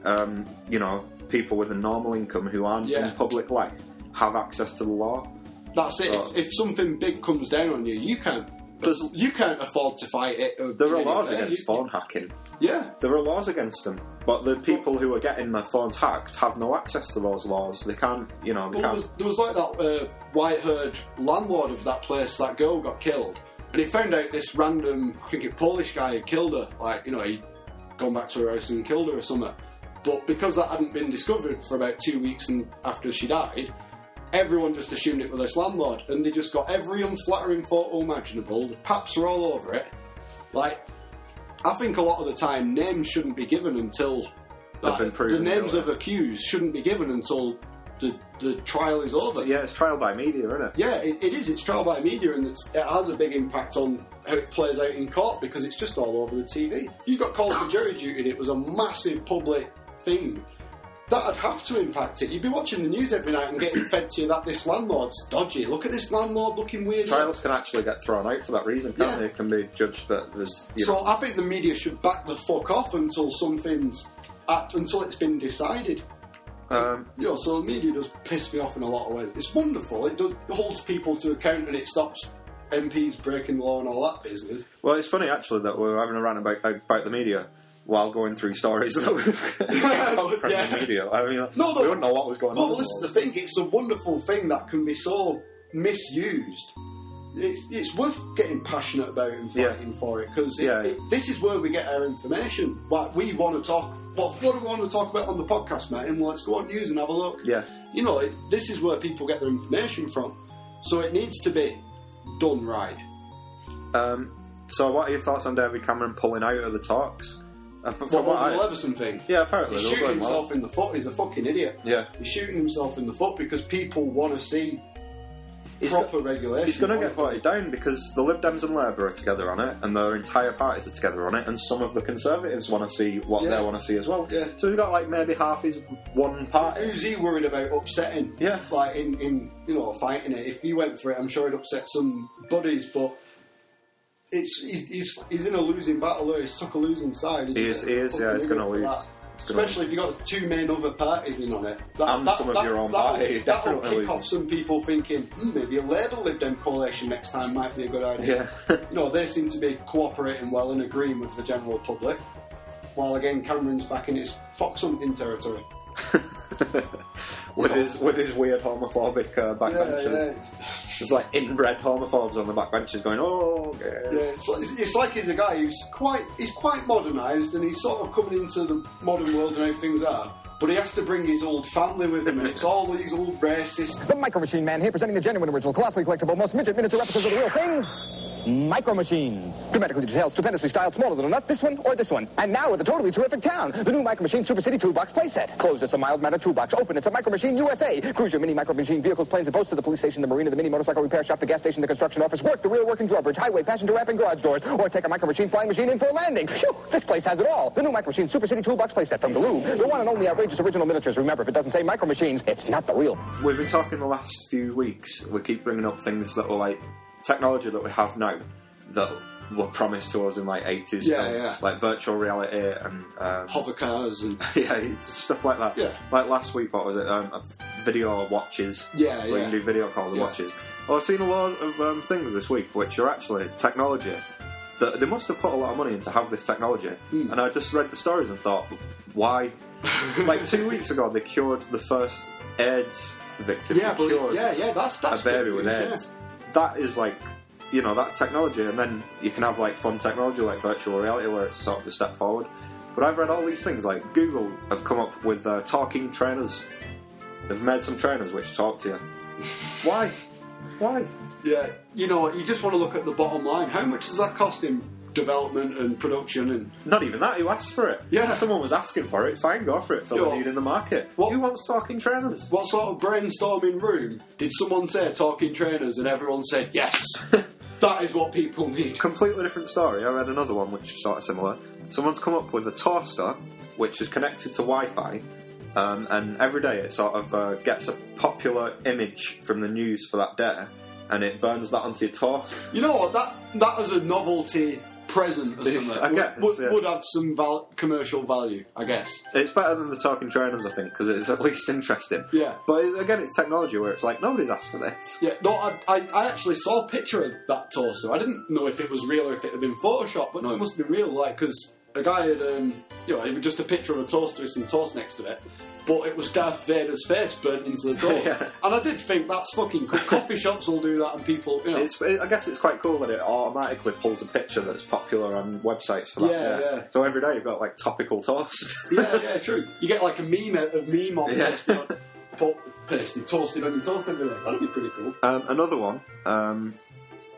um, you know, people with a normal income who aren't
Yeah.
in public life have access to the law.
That's it. If, if something big comes down on you, you can't.
There's-
you can't afford to fight it. or-
There are laws
Yeah,
against
you-
phone hacking.
Yeah,
There are laws against them, but the people who are getting their phones hacked have no access to those laws. They can't, you know, they
Well, there, was,
can't.
there was like that uh, white haired landlord of that place, that girl got killed. And he found out this random, I think it Polish guy had killed her. Like, you know, he'd gone back to her house and killed her or something. But because that hadn't been discovered for about two weeks and after she died, everyone just assumed it was this landlord. And they just got every unflattering photo imaginable. The paps are all over it. Like, I think a lot of the time names shouldn't be given until
They've been
the
proven
names of
guilty.
accused shouldn't be given until the the trial is over.
Yeah, it's trial by media, isn't it?
Yeah, it, it is. It's trial by media, and it's, it has a big impact on how it plays out in court because it's just all over the TV. You got called for jury duty, and it was a massive public thing. That'd have to impact it. You'd be watching the news every night and getting fed to you that this landlord's dodgy. Look at this landlord looking weird.
Trials can actually get thrown out for that reason, can't
Yeah.
they? It can be judged that there's, you know,
So I think the media should back the fuck off until something's at, until it's been decided.
um,
you know, so the media does piss me off in a lot of ways. It's wonderful. It, does, it holds people to account and it stops MPs breaking the law and all that business.
Well, it's funny actually that we're having a rant about about the media while going through stories [laughs] that
[laughs]
we've got from
Yeah.
the media. I mean,
No,
we
no.
wouldn't know what was going
No,
on.
but this is the thing. It's a wonderful thing that can be so misused. It's, it's worth getting passionate about and
Yeah.
fighting for it because
Yeah.
this is where we get our information. Like we want to talk. What, what do we want to talk about on the podcast, mate? And well, let's go on news and have a look.
Yeah.
You know, it, this is where people get their information from. So it needs to be done right.
Um, so, what are your thoughts on David Cameron pulling out of the talks? [laughs] Uh, from
What,
what
what
I-
the Leveson thing?
yeah, apparently
He's
they were
shooting
going well.
himself in the foot. He's a fucking idiot.
Yeah,
He's shooting himself in the foot because people want to see
He's go-
proper regulation.
he's going to get voted down because the Lib Dems and Labour are together on it, and their entire parties are together on it, and some of the Conservatives want to see what
Yeah.
they want to see as well.
Yeah.
So we've got like maybe half his one party.
Who's he worried about upsetting?
Yeah.
like in, in you know fighting it. If he went for it, I'm sure he'd upset some buddies. But it's he's, he's, he's in a losing battle. There, he's took a losing side. Isn't
He is-
it?
he is, yeah, he's gonna lose. He's gonna
Especially if you have got two main other parties in on it, that,
And some of your own
that'll-
party,
That'll
definitely
kick off
loses.
some people thinking hmm, maybe a Labour Lib Dem coalition next time might be a good idea.
yeah.
[laughs] you know, they seem to be cooperating well and agreeing with the general public. While again, Cameron's back in his fox hunting territory.
[laughs] with his with his weird homophobic uh, backbenchers.
it's,
There's like inbred homophobes on the backbenchers going, "Oh,
yeah,
yes.
it's, like- it's like he's a guy who's quite he's quite modernised and he's sort of coming into the modern world and how things are. But he has to bring his old family with him, and it's all these old racist.
The Micro Machine Man here, presenting the genuine original, colossally collectible, most midget miniature replicas of the real things. Micro Machines. Dramatically detailed, stupendously styled, smaller than a nut, this one or this one. And now with a totally terrific town, the new Micro Machine Super City Toolbox playset. Closed, it's a mild manner toolbox. Open, it's a Micro Machine USA. Cruise your mini Micro Machine vehicles, planes, and boats to the police station, the marina, the mini motorcycle repair shop, the gas station, the construction office, work, the rear working drawbridge, highway, passenger ramp, and garage doors. Or take a Micro Machine flying machine in for a landing. Phew, this place has it all. The new Micro Machine Super City Toolbox playset from Galoob. The one and only outrageous original miniatures. Remember, if it doesn't say Micro Machines, it's not the real.
We've been talking the last few weeks. We keep bringing up things that were like technology that we have now that were promised to us in like 80s
Yeah,
films,
yeah.
like virtual reality and um,
Hover cars and
[laughs] yeah, it's stuff like that.
Yeah.
Like last week, what was it? Um, video watches.
Yeah,
where
yeah.
you can do video calls and
Yeah.
watches. Well, I've seen a lot of um, things this week which are actually technology. That they must have put a lot of money in to have this technology.
Hmm.
And I just read the stories and thought,
[laughs]
why? like two weeks ago, they cured the first AIDS victim.
Yeah,
They
but
cured
yeah, yeah, that's
a
that's
baby
good
with
news,
AIDS. That is like, you know, that's technology, and then you can have like fun technology like virtual reality where it's sort of a step forward. But I've read all these things like Google have come up with uh, talking trainers. They've made some trainers which talk to you. Why? Why?
Yeah, you know what? You just want to look at the bottom line. How much does that cost in development and production? And
Not even that. Who asked for it?
Yeah.
someone was asking for it. Fine, go for it. Fill
Yo.
the need in the market.
What-
Who wants talking trainers?
what sort of brainstorming room did someone say talking trainers, and everyone said yes? that is what people need.
completely different story. I read another one which is sort of similar. Someone's come up with a toaster which is connected to Wi-Fi, um, and every day it sort of uh, gets a popular image from the news for that day, and it burns that onto your toast.
You know what? That that as a novelty present or something
I guess,
would, would,
yeah.
would have some val- commercial value, I guess.
It's better than the talking trainers, I think, because it's at [laughs] least interesting.
Yeah.
But it- again, it's technology where it's like nobody's asked for this.
Yeah, no, I, I, I actually saw a picture of that torso. I didn't know if it was real or if it had been Photoshop, but no, it must have been real, like, because a guy had, um, you know, it was just a picture of a toaster with some toast next to it, but it was Darth Vader's face burnt into the
[laughs]
toast.
Yeah.
And I did think that's fucking cool. Coffee shops will do that, and people, you know.
It's, I guess it's quite cool that it automatically pulls a picture that's popular on websites for that.
Yeah,
day.
yeah.
So every day you've got like topical toast. [laughs]
yeah, yeah, true. You get like a meme, a meme on
Yeah.
toast, pasted, toasted on your toast everywhere. That'd be pretty cool.
Um, another one. Um,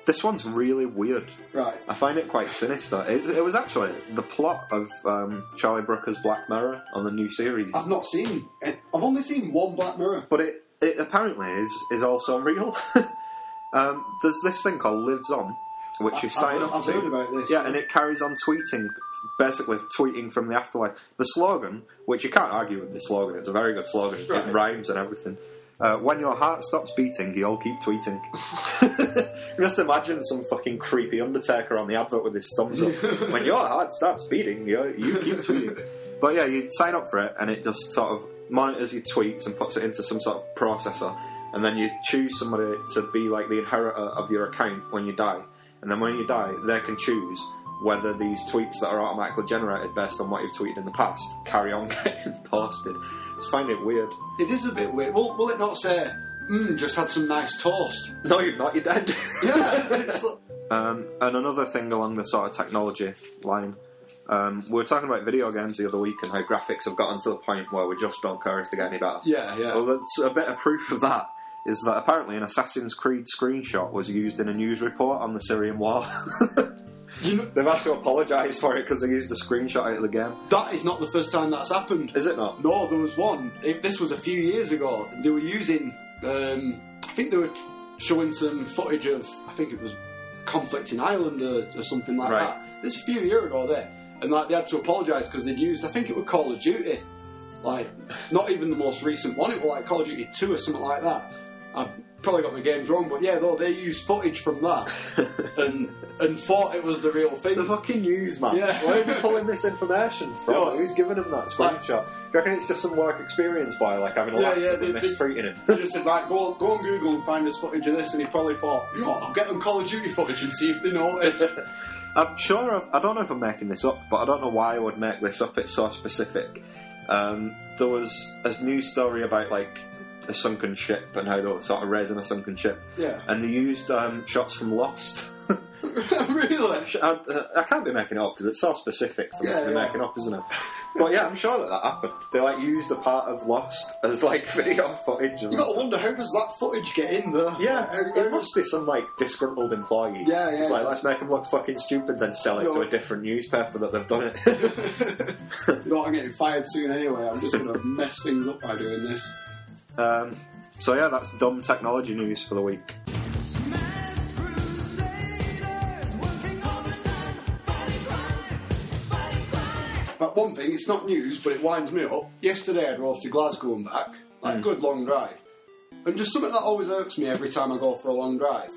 this one's really weird.
Right.
I find it quite sinister. It, it was actually the plot of um, Charlie Brooker's Black Mirror on the new series,
I've not seen. I've only seen one Black Mirror.
but it, it apparently is is also real. [laughs] um, there's this thing called Lives On, which you
I've
sign
heard-
up
I've
to.
heard about this.
Yeah, and it carries on tweeting, basically tweeting from the afterlife. The slogan, which you can't argue with the slogan, it's a very good slogan.
Right.
It rhymes and everything. Uh, when your heart stops beating, you'll keep tweeting. [laughs] Just imagine some fucking creepy Undertaker on the advert with his thumbs
[laughs]
up. when your heart stops beating, you, you keep tweeting. But yeah, you sign up for it, and it just sort of monitors your tweets and puts it into some sort of processor. And then you choose somebody to be like the inheritor of your account when you die. And then when you die, they can choose whether these tweets that are automatically generated based on what you've tweeted in the past carry on [laughs] getting posted. I find it weird.
It is a bit weird. Will, will it not say, mmm, just had some nice toast?
No, you've not. You're dead. [laughs]
Yeah. [laughs] it's like-
Um, and another thing along the sort of technology line, um, we were talking about video games the other week and how graphics have gotten to the point where we just don't care if they get any better.
yeah, yeah.
Well, that's a better proof of that is that apparently an Assassin's Creed screenshot was used in a news report on the Syrian war. [laughs]
you know,
They've had to apologise for it because they used a screenshot out of the game.
that is not the first time that's happened.
Is it not?
No, there was one. If this was a few years ago. They were using, um, I think they were t- showing some footage of, I think it was conflict in Ireland or, or something like
Right.
that. This was a few years ago there, and like they had to apologise because they'd used, I think it was Call of Duty, like not even the most recent one. It was like Call of Duty Two or something like that. I probably got my games wrong, but yeah, though they used footage from [laughs] that and and thought it was the real thing.
The fucking news, man.
Yeah.
Where are they pulling this
[laughs]
information from?
Yeah.
Who's giving them that screenshot? Do you reckon it's just some work experience by like having a
Yeah,
laugh
yeah,
because they
they- they-
mistreating him?
They just said, right, go, go on Google and find us footage of this, and he probably thought, you know what, I'll get them Call of Duty footage and see if they notice.
[laughs]
[laughs]
I'm sure I've, I don't know if I'm making this up, but I don't know why I would make this up. It's so specific. Um, there was a news story about like a sunken ship and how they were sort of raising a sunken ship,
yeah.
and they used um, shots from Lost. [laughs]
really?
I, uh, I can't be making it up because it's so specific for me
Yeah,
to be
yeah.
making up, isn't it? But yeah, I'm sure that that happened. They like used a part of Lost as like [laughs] video footage. and
you got to wonder, how does that footage get in there?
Yeah,
How- how-
it must be some like disgruntled employee.
Yeah, yeah,
It's like
yeah.
let's make them look fucking stupid, then sell it
No.
to a different newspaper that they've done it. [laughs]
You know what, I'm getting fired soon anyway, I'm just going to mess things up by doing this.
um, so yeah, that's dumb technology news for the week.
But one thing, it's not news, but it winds me up. Yesterday I drove to Glasgow and back,
Hmm.
like a good long drive. And just something that always irks me every time I go for a long drive.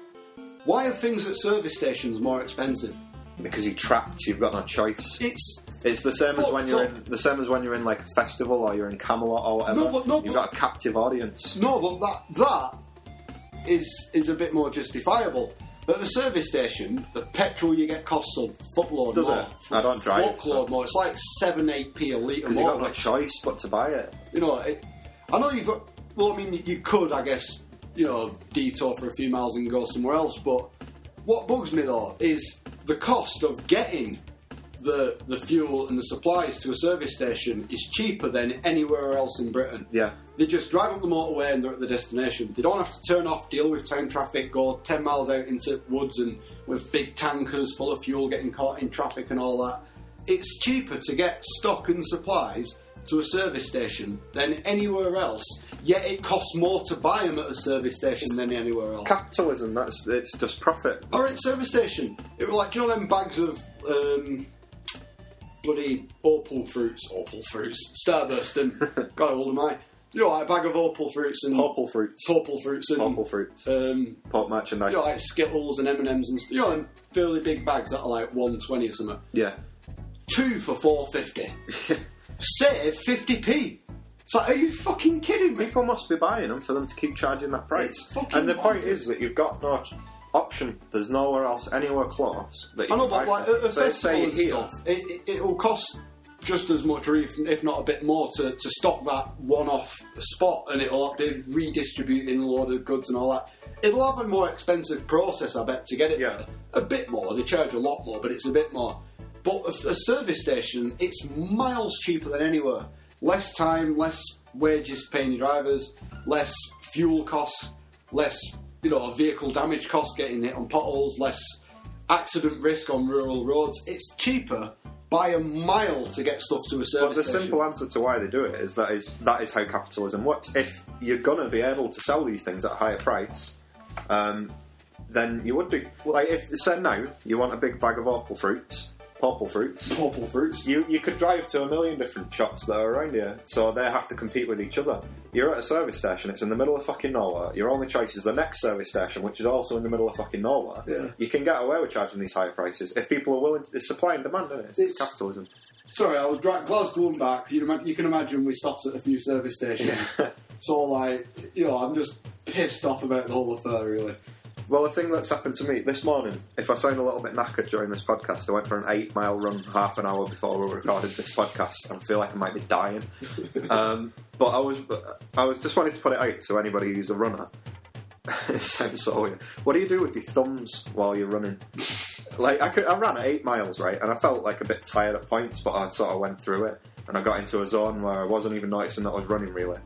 Why are things at service stations more expensive?
because you're trapped. You've got no choice.
It's
It's the same as when
fucked
you're
up.
in the same as when you're in like a festival or you're in Camelot or whatever.
No, but- no,
you've
but-
got a captive audience.
No, but that that is is a bit more justifiable. At the service station, the petrol you get costs a fuckload
Does
more.
it? I don't drive,
Fuckload
so-
more. It's like seven, eight p a litre
Because you've
more.
got no
which,
choice but to buy it.
you know, it, I know you've got. Well, I mean, you could, I guess, you know, detour for a few miles and go somewhere else. But what bugs me though is the cost of getting the the fuel and the supplies to a service station is cheaper than anywhere else in Britain.
Yeah.
They just drive up the motorway and they're at the destination. They don't have to turn off, deal with town traffic, go 10 miles out into woods and with big tankers full of fuel getting caught in traffic and all that. It's cheaper to get stock and supplies to a service station than anywhere else, yet it costs more to buy them at a service station than anywhere else.
Capitalism. That's it's just profit.
Or at service station. It was like, do you know them bags of um, bloody opal fruits, opal fruits, Starburst, [laughs] and God, how old am I? You know, like a bag of opal fruits and
Purple fruits.
purple fruits and
Purple fruits.
Um,
Port merchandise.
you know, like Skittles and M and M's and stuff. You know, them fairly big bags that are like one twenty or something.
yeah.
Two for four [laughs] fifty. Save fifty p. It's like, are you fucking kidding me?
People must be buying them for them to keep charging that price.
It's fucking
and the point
bonkers.
is that you've got no ch- option. There's nowhere else, anywhere close that you
I know,
can buy
but like
from.
a, a
so
festival
say
and
here,
stuff, it, it, will cost just as much, or even if not a bit more, to, to stock that one-off spot, and it'll be redistributing a load of goods and all that. It'll have a more expensive process, I bet, to get it.
Yeah.
there. A bit more. They charge a lot more, but it's a bit more. But a, a service station, it's miles cheaper than anywhere. Less time, less wages paying your drivers, less fuel costs, less you know vehicle damage costs getting hit on potholes, less accident risk on rural roads. It's cheaper by a mile to get stuff to a
But
service
the
station.
simple answer to why they do it is that is that is how capitalism works. If you're gonna be able to sell these things at a higher price, um, then you would do. Like if say now you want a big bag of apple fruits, purple fruits,
Purple fruits.
you you could drive to a million different shops that are around here, so they have to compete with each other. You're at a service station; it's in the middle of fucking nowhere. Your only choice is the next service station, which is also in the middle of fucking nowhere.
Yeah.
You can get away with charging these higher prices if people are willing. To, it's supply and demand, isn't it? It's,
It's-
capitalism.
Sorry, I was dra- Glasgow and back. You, ima- you can imagine we stopped at a few service stations.
[laughs]
so, like, you know, I'm just pissed off about the whole affair, really.
Well, the thing that's happened to me this morning, if I sound a little bit knackered during this podcast, I went for an eight mile run half an hour before we recorded this podcast and I feel like I might be dying. um, but I was, I was just wanted to put it out to anybody who's a runner. [laughs] it sounds so weird. What do you do with your thumbs while you're running? like I, could, I ran at eight miles, right, and I felt like a bit tired at points, but I sort of went through it, and I got into a zone where I wasn't even noticing that I was running really.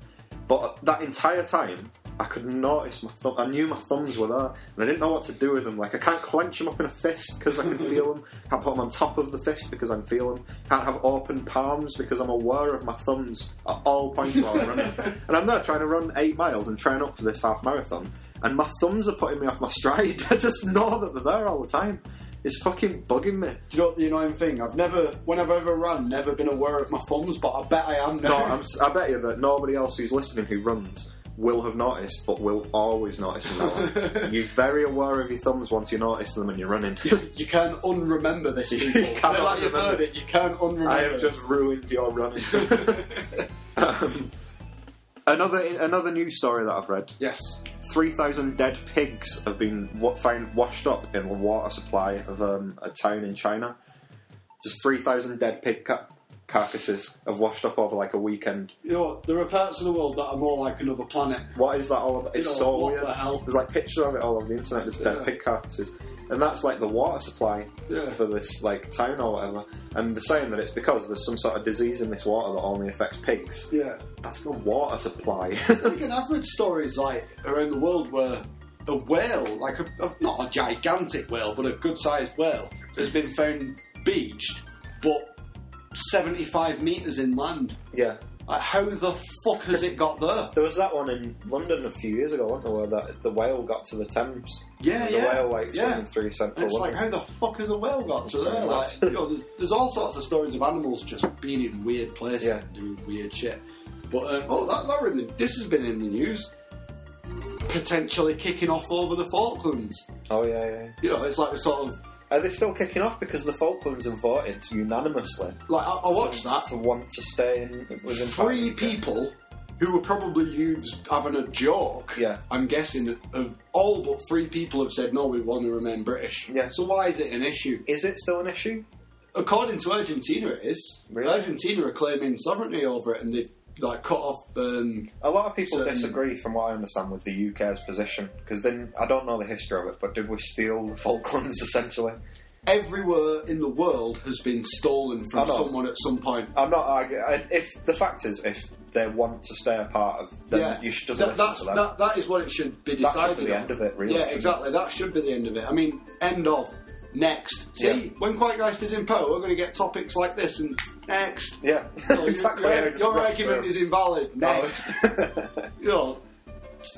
But that entire time, I could notice my thumb. I knew my thumbs were there, and I didn't know what to do with them. Like I can't clench them up in a fist because I can feel them. Can't put them on top of the fist because I can feel them. Can't have open palms because I'm aware of my thumbs at all points while I'm running. and I'm there trying to run eight miles and trying up for this half marathon, and my thumbs are putting me off my [laughs] stride. I just know that they're there all the time. It's fucking bugging me.
Do you know what the annoying thing? I've never, when I've ever run, never been aware of my thumbs, but I bet I am now.
No, I'm, s- I bet you that nobody else who's listening who runs will have noticed, but will always notice from now on. You're very aware of your thumbs once you notice them and you're running.
you can unremember this. People.
[laughs] You cannot
They're like you've
remember.
heard it. You can unremember.
I have
it.
just ruined your running. Um, another another news story that I've read:
yes.
three thousand dead pigs have been wa- found washed up in the water supply of um, a town in China. Just three thousand dead pig ca- carcasses have washed up over like a weekend.
You know, what? there are parts of the world that are more like another planet.
What is that all about? It's
You know,
so
what
weird.
the hell?
There's like pictures of it all over the internet. There's dead
Yeah.
pig carcasses, and that's like the water supply
Yeah.
for this like town or whatever. And they're saying that it's because there's some sort of disease in this water that only affects pigs.
Yeah.
That's the water supply. [laughs]
I think I've read stories like around the world where a whale, like a, a- not a gigantic whale, but a good-sized whale, has been found beached, but 75 meters inland.
yeah.
Like, how the fuck has it got there?
There was that one in London a few years ago, wasn't there, where that the whale got to the Thames.
Yeah,
the
yeah,
whale like
yeah.
swimming through
And
central
it's like,
London.
how the fuck has a whale got to
Fair
there? Like,
enough.
you know, there's, there's all sorts of stories of animals just being in weird places
Yeah.
and doing weird shit. But um, oh, that, that were in the, this has been in the news. Potentially kicking off over the Falklands.
oh yeah, yeah.
You know, it's like the sort of
Are they still kicking off because the Falklands have voted unanimously?
Like, I, I watched that.
to want to stay in within
Three people who were probably youths having a joke.
Yeah.
I'm guessing of all but three people have said no, we want to remain British.
Yeah.
So why is it an issue?
Is it still an issue?
According to Argentina, it is.
Really?
Argentina are claiming sovereignty over it, and they like cut off. Um,
A lot of people
So-
disagree, from what I understand, with the UK's position because then I don't know the history of it, but did we steal the Falklands [laughs] essentially?
everywhere in the world has been stolen
I
from
know.
someone at some point.
I'm not arguing. If the fact is, if they want to stay a part of, then you should doesn't
That-
listen
that's,
to them.
That, that is what it should be
That should be
decided.
the
on.
end of it, really,
Yeah,
for me.
exactly. That should be the end of it. I mean, end of. Next. See,
Yeah.
when Quiet Geist is in power, we're going to get topics like this and next.
Yeah, [laughs]
No, your-
exactly. I
Your,
just
your
rushed
argument
through.
is
[laughs]
invalid. Next. you know,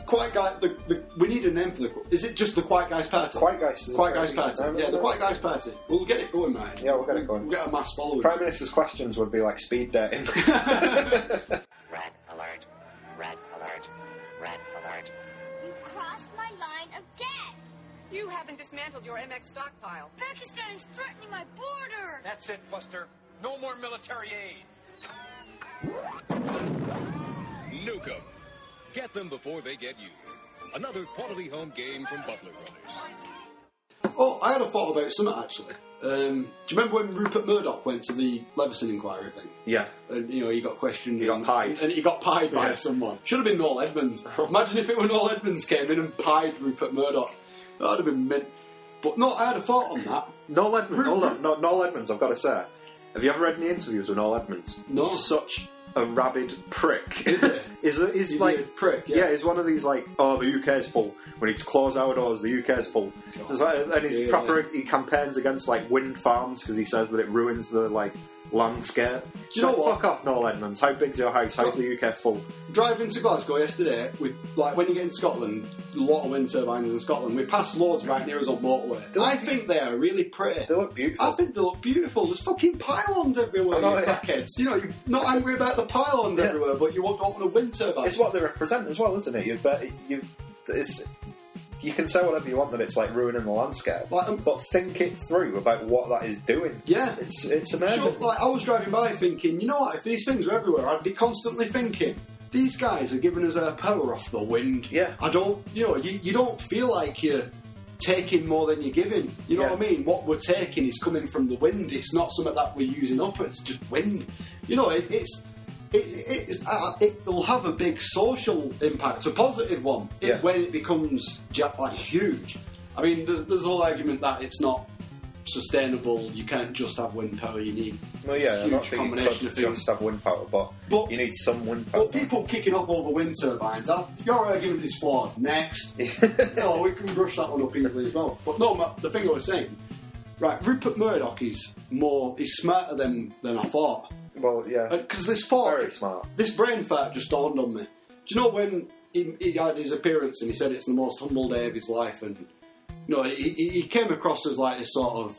Quiet Guy. The, the, we need a name for the. Is it just the Quiet Guys Party?
Quiet Geist is a
Quiet
very
Guys
decent
Party.
name,
yeah,
isn't
the
it?
Quiet Guys Party. We'll get it going, mate.
Yeah, we'll get it going.
We'll get a mass following.
Prime Minister's questions would be like speed dating.
Red alert. Red alert. Red alert.
You crossed my line of debt.
You haven't dismantled your MX stockpile.
Pakistan is threatening my border.
That's it, Buster. No more military aid. Nuke 'em. Get them before they get you. Another quality home game from Butler Brothers.
Oh, I had a thought about something actually. Um, do you remember when Rupert Murdoch went to the Leveson inquiry thing?
[laughs] yeah,
And Uh, you know he got questioned.
got
and-
pied.
and, he got pied by
Yeah.
someone. Should have been Noel
[laughs]
Edmonds. Imagine if it were Noel Edmonds came in and pied Rupert Murdoch. That would have been mint. But no, I had a thought on that.
Noel Edmonds. Hold on, no, Noel Edmonds. I've got to say, have you ever read any interviews with Noel Edmonds?
No.
He's such a rabid prick.
Is it?
Is [laughs] he's,
He's
like
a prick, yeah.
he's one of these like, oh, the UK's full. We need to close our doors. The UK's full. It's like- and he's
Yeah.
proper. He campaigns against like wind farms because he says that it ruins the like landscape.
you know
It's like,
what?
Fuck off, Noel Edmonds. How big's your house? How's the UK full?
Driving to Glasgow yesterday, with like when you get in Scotland, a lot of wind turbines in Scotland. We passed loads right near us on motorway. I think they are really pretty.
They look beautiful.
I think they look beautiful. There's fucking pylons everywhere,
I know,
you
yeah.
fuckheads. You know, you're not angry about the pylons
Yeah.
everywhere, but you want- don't want a wind turbine.
It's what they represent as well, isn't it? You but you it's you can say whatever you want that it's like ruining the landscape,
Like, um,
but think it through about what that is doing.
Yeah.
it's it's amazing.
Sure, like I was driving by thinking, you know what? If these things were everywhere, I'd be constantly thinking. These guys are giving us our power off the wind.
Yeah.
I don't, you know, you, you don't feel like you're taking more than you're giving. You know
Yeah.
what I mean? What we're taking is coming from the wind. It's not something that we're using up. It's just wind. You know, it, it's it, it, it's, uh, it'll have a big social impact, a positive one, it-
Yeah.
when it becomes ja- like huge. I mean, there's, there's a whole argument that it's not sustainable. You can't just have wind power. You need
well, yeah, I'm
huge
not thinking you
combination
could
of things.
just have wind power, but,
But-
you need some wind power.
Well, people kicking off over wind turbines. I, your argument is flawed. Next, no, we can brush that one up easily as well. But no, ma- the thing I was saying, right? Rupert Murdoch is more, he's smarter than than I thought.
Well, yeah,
Because this fart,
Uh, Very smart.
this brain fart just dawned on me. Do you know when he, he had his appearance and he said it's the most humble day of his life, and you know he, he he came across as like this sort of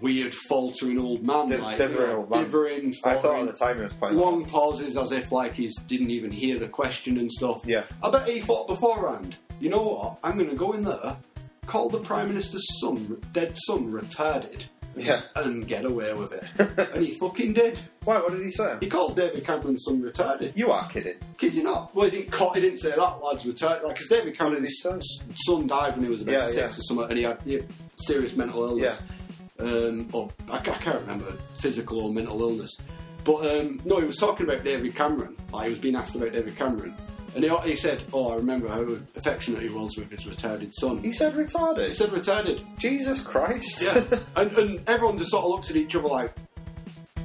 weird, faltering old man,
Div-
like
dithering
you know,
old man.
dithering,
I thought
foreign,
at the time it was quite
long pauses as if like he didn't even hear the question and stuff.
Yeah.
I bet he thought beforehand. You know what? I'm going to go in there, call the prime minister's son, dead son, retarded,
Yeah.
and get away
[laughs]
with it. and he fucking did.
Why? What did he say?
He called David Cameron's son retarded.
You are kidding.
Kid you not? Well, he didn't, call, he didn't say that lad's retarded. Like, because David Cameron's
What did
son died when he was about
Yeah,
six
yeah.
or something, and he had, he had serious mental illness. Um, or I, ca- I can't remember physical or mental illness. But um, no, he was talking about David Cameron. Like, he was being asked about David Cameron, and he, he said, "Oh, I remember how affectionate he was with his retarded son."
He said retarded.
he said retarded.
Jesus Christ. [laughs]
Yeah, and, and everyone just sort of looked at each other like,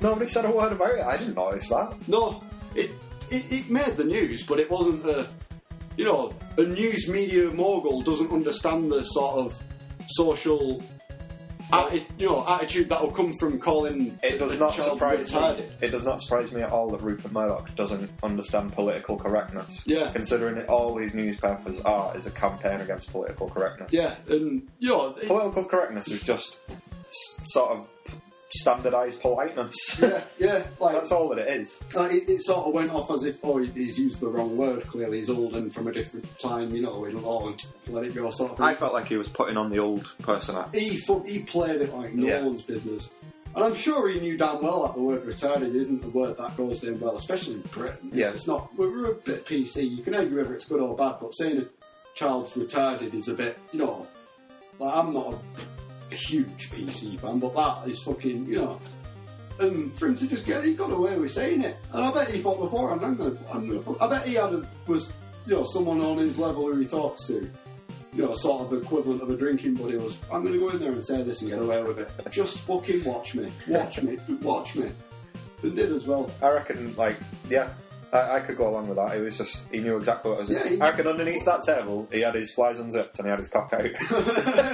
Nobody said a word about it. I didn't notice that.
No, it, it it made the news, but it wasn't a you know a news media mogul doesn't understand the sort of social. Atti- you know, attitude that will come from calling
It does
a
not
child
surprise me.
retarded.
It does not surprise me at all that Rupert Murdoch doesn't understand political correctness.
Yeah.
Considering that all these newspapers are is a campaign against political correctness.
Yeah, and you know, it-
Political correctness is just s- sort of standardised [laughs] politeness.
yeah, yeah. Like,
That's all that it is.
Like, it, it sort of went off as if, oh, he's used the wrong word. Clearly, he's old and from a different time, you know, he'll oh, let it go, sort of thing.
I felt like he was putting on the old person act.
he, fu- he played it like no
Yeah.
one's business. And I'm sure he knew damn well that the word retarded isn't a word that goes down well, especially in Britain.
Yeah.
It's not, we're, we're a bit PC. You can argue whether it's good or bad, but saying a child's retarded is a bit, you know, like I'm not a, a huge PC fan, but that is fucking, you know. And for him to just get, he got away with saying it. And I bet he thought before, I'm gonna, I'm gonna, fuck- I bet he had a, was, you know, someone on his level who he talks to you know, sort of equivalent of a drinking buddy was, I'm going to go in there and say this and get away with it. Just fucking watch me, watch me, watch me. And did as well.
I reckon, like, yeah, I, I could go along with that. He was just, he knew exactly what was.
Yeah, he-
I reckon underneath that table, he had his flies unzipped and he had his cock out.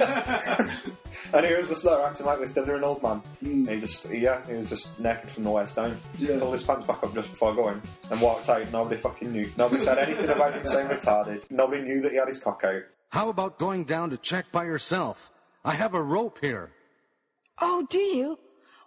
[laughs] and he was just there acting like this dithering old man. He just, yeah, he was just naked from the waist down.
Yeah.
Pulled his pants back up just before going and walked out. Nobody fucking knew. Nobody said anything about him [laughs] saying retarded. Nobody knew that he had his cock out.
How about going down to check by yourself? I have a rope here.
Oh, do you?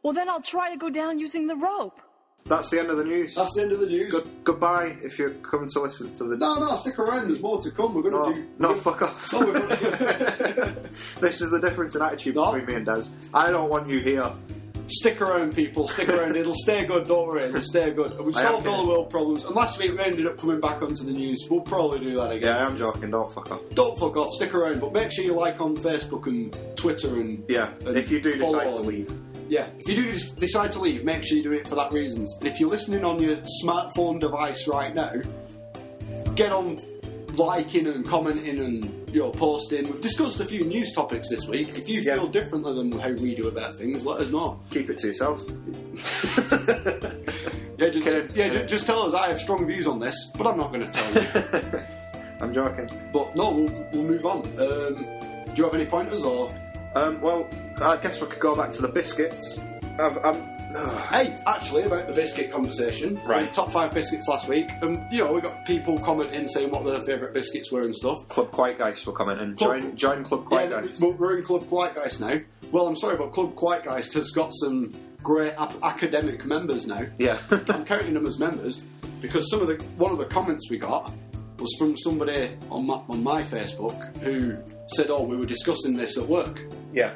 Well, then I'll try to go down using the rope.
That's the end of the news.
That's the end of the news.
Good, goodbye if you're coming to listen to the.
No, no, stick around, there's more to come.
No,
We're going to do.
no, fuck off.
No, we're gonna-
[laughs] this is the difference in attitude
No.
between me and Des. I don't want you here.
[laughs] stick around, people, stick around. It'll stay good, don't worry, it'll stay good. We've
I am
solved all the
kidding.
world problems. And last week we ended up coming back onto the news. We'll probably do that again.
Yeah, I am joking. Don't fuck off.
Don't fuck off, stick around, but make sure you like on Facebook and Twitter and.
Yeah,
and
if you do decide
follow
to
on.
leave.
Yeah, if you do des- decide to leave, make sure you do it for that reason. And if you're listening on your smartphone device right now, get on liking and commenting and you know posting. We've discussed a few news topics this week. If you
Yeah.
feel differently than how we do about things, let us know.
Keep it to yourself.
Yeah, just,
Can I-
yeah,
can I-
ju- just tell us. I have strong views on this, but I'm not going to tell you.
I'm joking.
but no, we'll, we'll move on. Um, do you have any pointers or?
Um, well, I guess we could go back to the biscuits. I've, I'm,
Hey, actually, about the biscuit conversation.
Right.
The Top five biscuits last week. And, you know, we got people commenting saying what their favourite biscuits were and stuff.
Club Quiet Geist were coming and
Club-
join, join Club Quiet
yeah,
Geist.
but we're in Club Quiet Geist now. Well, I'm sorry, but Club Quiet Geist has got some great ap- academic members now.
Yeah.
[laughs] I'm counting them as members because some of the one of the comments we got was from somebody on my, on my Facebook who said, "Oh, we were discussing this at work."
yeah,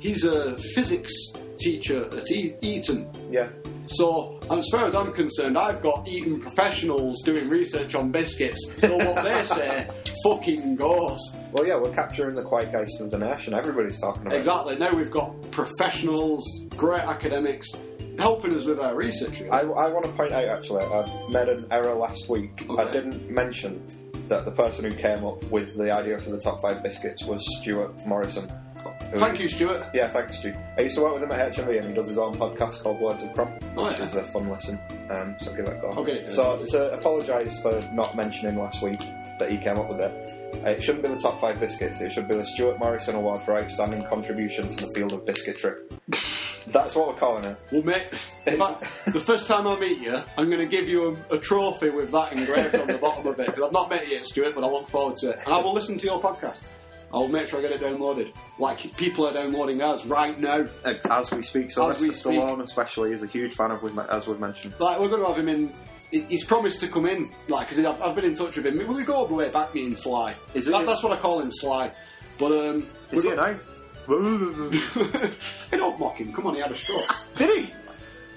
He's a physics teacher at e- Eton.
yeah.
So, as far as I'm concerned, I've got Eton professionals doing research on biscuits. So what they say fucking goes.
Well, yeah, we're capturing the Quiet Geist of the nation. Everybody's talking about it.
Exactly. Now we've got professionals, great academics, helping us with our research. Really.
I, I want to point out actually, I made an error last week. I
Okay.
didn't mention that the person who came up with the idea for the top five biscuits was Stuart Morrison. who
Thank
is-
you, Stuart.
Yeah, thanks, Stu. I used to work with him at HMV and he does his own podcast called Words of Crump, which
Oh, yeah.
is a fun listen. Um, so give it a go.
Okay.
So to apologise for not mentioning last week that he came up with it, uh, it shouldn't be the top five biscuits. It should be the Stuart Morrison Award for outstanding contribution to the field of biscuitry. That's what we're calling it.
Well, mate, in fact, the first time I meet you, I'm going to give you a, a trophy with that engraved on the bottom of it because I've not met you yet, Stuart, but I look forward to it. And I will listen to your podcast. I will make sure I get it downloaded. Like people are downloading ours right now.
Uh, As we speak,
As
Sylvester
we speak.
Stallone especially is a huge fan of, we've- as we've mentioned.
Like we're going to have him in. he- He's promised to come in, like because I've, I've been in touch with him. We go all the way back, me and Sly.
Is he-
That- that's what I call him, Sly. But um,
Is
we're
he
go-
now? eh?
[laughs] I don't mock him. Come on, he had a stroke.
[laughs] did he?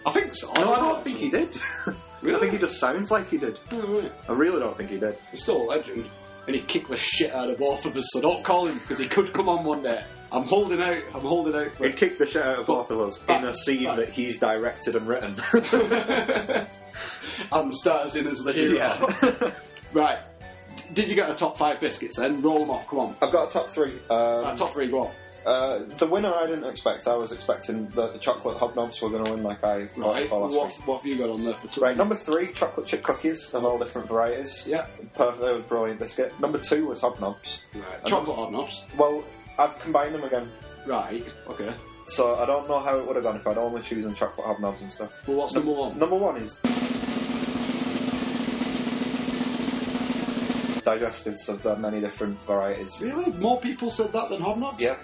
Oh.
I think so.
No, [laughs] I don't think he did. [laughs] I
Really?
think he just sounds like he did.
did.
I really don't think he did.
He's still a legend, and he kicked the shit out of both of us. So don't call him because he could come on one day. I'm holding out. I'm holding out
[laughs]
for
He
it.
kicked the shit out of both of us in a scene that he's directed and written. [laughs]
And stars in as the hero.
yeah.
[laughs] right. D- Did you get a top five biscuits then? Roll them off. Come on.
I've got a top three.
Right,
Um,
top three. Go on.
uh, the winner I didn't expect. I was expecting that the chocolate hobnobs were going to win, like I thought
Right.
for last
What,
week.
what have you got on there for two?
Right, number three, chocolate chip cookies of all different varieties.
Yeah.
Perfect, they were brilliant biscuit. Number two was hobnobs.
Right. Chocolate hobnobs.
Well, I've combined them again,
Right. Okay.
so I don't know how it would have gone if I'd only chosen chocolate hobnobs and stuff.
Well, what's number one?
Number one is digestives of the many different varieties.
Really? More people said that than hobnobs.
Yeah.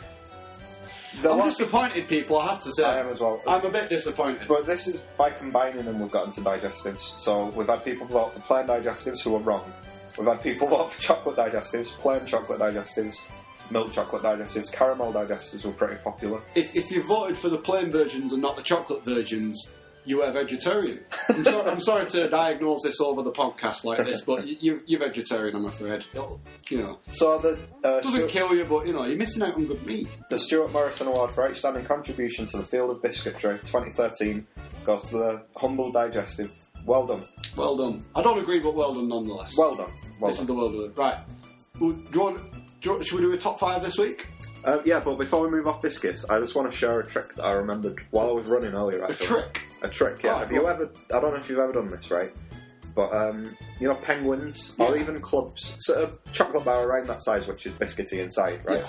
I'm disappointed, people. I have to say,
I am as well.
I'm a bit disappointed.
But this is by combining them, we've gotten to digestives. So we've had people vote for plain digestives who are wrong. We've had people [laughs] vote for chocolate digestives, plain chocolate digestives, milk chocolate digestives, caramel digestives were pretty popular.
if, if you voted for the plain versions and not the chocolate versions, you
[laughs]
were vegetarian. I'm, sorry, I'm sorry to diagnose this over the podcast like this, but you, you, you're vegetarian, I'm afraid. It'll- You know,
So the uh,
doesn't kill you, but you know, you're missing out on good meat.
The Stuart Morrison Award for Outstanding Contribution to the Field of Biscuitry 2013 goes to the Humble Digestive. Well done.
Well done. I don't agree, but well done nonetheless.
Well done. Well
this
done.
is the world of it. Right. Well, do you want? Do you, want- should we do a top five this week?
Uh, yeah, but before we move off biscuits, I just want to share a trick that I remembered while I was running earlier. Actually.
trick? Oh,
A trick. Yeah.
Right,
have you
well-
ever? I don't know if you've ever done this, right? But um, you know, penguins or even clubs, sort of chocolate bar around that size, which is biscuity inside, right?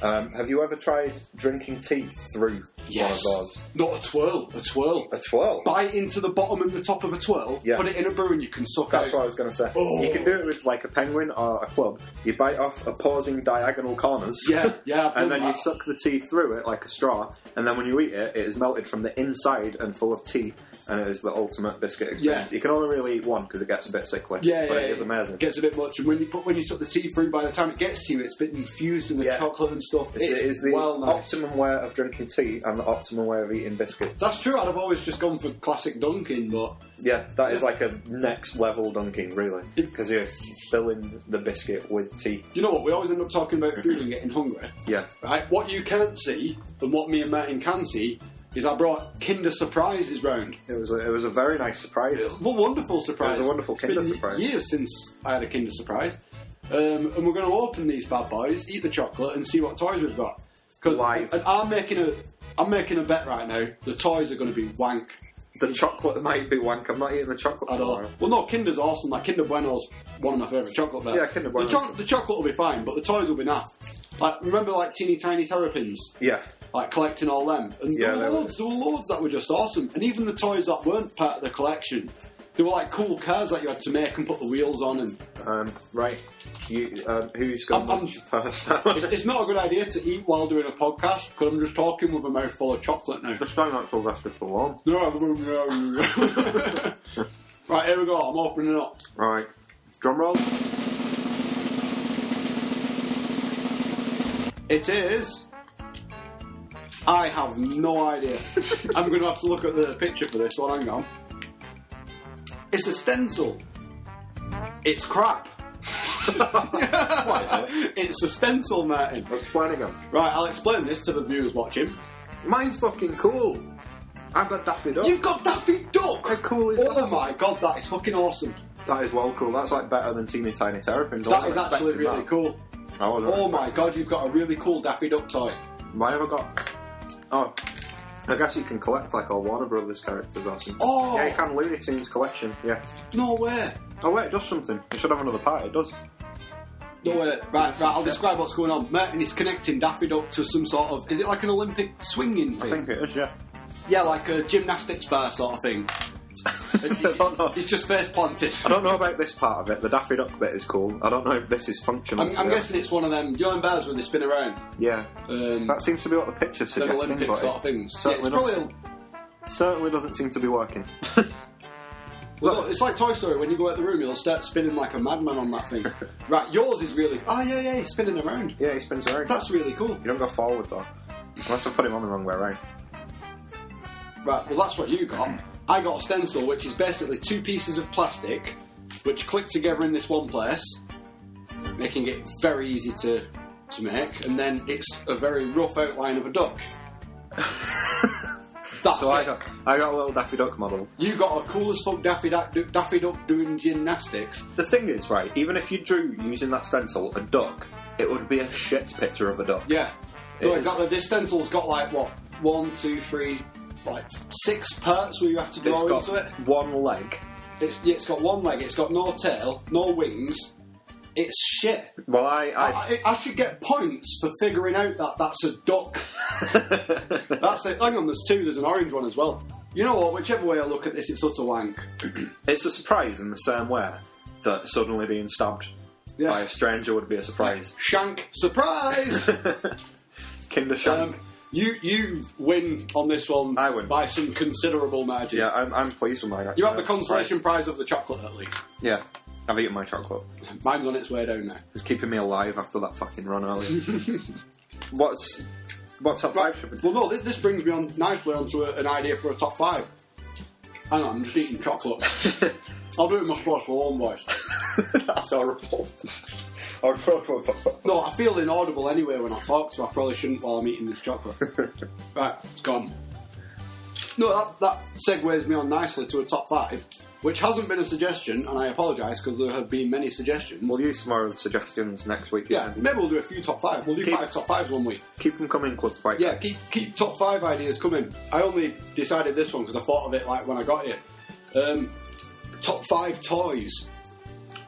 Um, have you ever tried drinking tea through
Yes.
one of those?
Not a twirl. A twirl.
A twirl.
Bite into the bottom and the top of a twirl.
Yeah.
Put it in a brew and you can suck
That's
out.
what I was going to say.
Oh.
You can do it with like a penguin or a club. You bite off opposing diagonal corners.
Yeah, yeah, I've done
and then you
that.
suck the tea through it like a straw. And then when you eat it, it is melted from the inside and full of tea. And it is the ultimate biscuit experience.
Yeah.
You can only really eat one because it gets a bit sickly.
Yeah,
but
yeah,
it is amazing.
Gets a bit much, and when you put when you suck the tea through, by the time it gets to you, it's been infused with the
Yeah.
chocolate and stuff.
It's, it is the
well nice.
optimum way of drinking tea and the optimum way of eating biscuits.
That's true. I'd have always just gone for classic Dunkin', but
Yeah, that is like a next level dunking, really, because you're filling the biscuit with tea.
you know what? We always end up talking about food and getting hungry,
Yeah,
right? What you can't see and what me and Martin can see is I brought Kinder surprises round.
it was a, it was a very nice surprise.
What a wonderful surprise!
It was a wonderful
It's
Kinder
been
surprise.
Years since I had a Kinder surprise, um, and we're going to open these bad boys, eat the chocolate, and see what toys we've got. Because
Live.
I'm making a, I'm making a bet right now. The toys are going to be wank
The chocolate might be wank. I'm not eating the chocolate
at all.
tomorrow.
Well, no, Kinder's awesome. Like Kinder Bueno's one of my favourite chocolate bars.
Yeah, Kinder Bueno.
The, cho- the chocolate will be fine, but the toys will be naff. Like remember, like teeny tiny terrapins.
Yeah,
like collecting all them. And
Yeah,
there
they
were loads, there were loads that were just awesome. And even the toys that weren't part of the collection, they were like cool cars that you had to make and put the wheels on.
[laughs]
And
um, right. You, um, who's going
I'm- I'm-
to first? [laughs]
it's, it's not a good idea to eat while doing a podcast because I'm just talking with a mouthful of
[laughs]
chocolate now.
Just don't like Sylvester Stallone.
No, no, no, no. [laughs] right, here we go. I'm opening it up.
Right, drum roll.
It is. I have no
[laughs]
idea. I'm going to have to look at the picture for this one. Hang on. It's a stencil.
[laughs]
It's crap. it's a stencil, Martin.
Explain again.
Right, I'll explain this to the viewers watching.
Mine's fucking cool. I've got Daffy Duck.
You've got Daffy Duck.
How cool is
Oh
that?
my god, that is fucking awesome.
That is well cool. That's like better than Teeny Tiny Terrapins. I
That
wasn't
is actually
expecting
really
that.
cool.
I wasn't.
Oh my god, you've got a really cool Daffy Duck toy.
Why have I got? Oh, I guess you can collect like all Warner Brothers characters or something.
Oh!
yeah, you can Looney Tunes collection. Yeah.
No way.
Oh wait, it does something. We should have another part. It does.
No way. Right, uh, right, I'll describe what's going on. Merton is connecting Daffy Duck to some sort of. Is it like an Olympic swinging
I
thing?
think it is. Yeah.
Yeah, like a gymnastics bar sort
[laughs]
of thing. It's,
I don't know.
it's just face planted.
[laughs] I don't know about this part of it. The Daffy Duck bit is cool. I don't know if this is functional.
I'm,
to
I'm
be
guessing it's one of them. You know, in bars where they spin around.
honest. Yeah.
Um,
That seems to be what the picture's
them
suggesting,
Olympic
but
sort
it
of things. Yeah,
certainly,
it's probably.
doesn't, certainly doesn't seem to be working.
well, no, it's like Toy Story. When you go out the room, you'll start spinning like a madman on
[laughs]
that thing. right, yours is really. Oh yeah, yeah, he's spinning around.
Yeah, he spins around.
That's really cool.
You don't go forward though. Unless I put him on the wrong way around.
Right, well, that's what you got. I got a stencil, which is basically two pieces of plastic which click together in this one place, making it very easy to, to make, and then it's a very rough outline of a
[laughs]
duck. That's
So I
it.
got, I got a little Daffy Duck model.
You got a cool as fuck Daffy Duck, Daffy Duck doing gymnastics.
The thing is, right, even if you drew using that stencil a duck, it would be a shit picture of a duck.
Yeah.
It
No,
is.
exactly. This stencil's got like, what, one, two, three, like six parts where you have to
It's
draw
got
into it.
one leg.
It's, yeah, it's got one leg, it's got no tail, no wings. It's shit.
Well, I, I,
I, I should get points for figuring out that that's a [laughs] duck. that's it. Hang on, there's two. There's an orange one as well. You know what? Whichever way I look at this, it's utter wank.
it's a surprise in the same way that suddenly being stabbed
Yeah.
by a stranger would be a surprise.
[laughs] Shank surprise.
Kinder Shank.
um, You you win on this one I win. by some considerable margin.
Yeah, I'm, I'm pleased with mine. Actually.
You have the consolation prize of the chocolate at least.
Yeah, I've eaten my chocolate.
Mine's on its way down now.
It's keeping me alive after that fucking run [laughs] earlier. what's what's up? Right.
Well, no, this, this brings me on nicely onto a, an idea for a top five. Hang on, I'm just eating
[laughs]
chocolate. I'll do it in my Scottish Lawn voice.
That's [laughs] horrible.
no, I feel inaudible anyway when I talk, so I probably shouldn't while I'm eating
[laughs]
this chocolate. right, it's gone. No, that, that segues me on nicely to a top five, which hasn't been a suggestion, and I apologise because there have been many suggestions.
We'll use some more of the suggestions next week.
Yeah, maybe we'll do a few top five. We'll do
Keep-
five top fives one week.
Keep them coming, Club Fight.
Yeah, keep, keep top five ideas coming. I only decided this one because I thought of it like when I got here. Um, top five toys.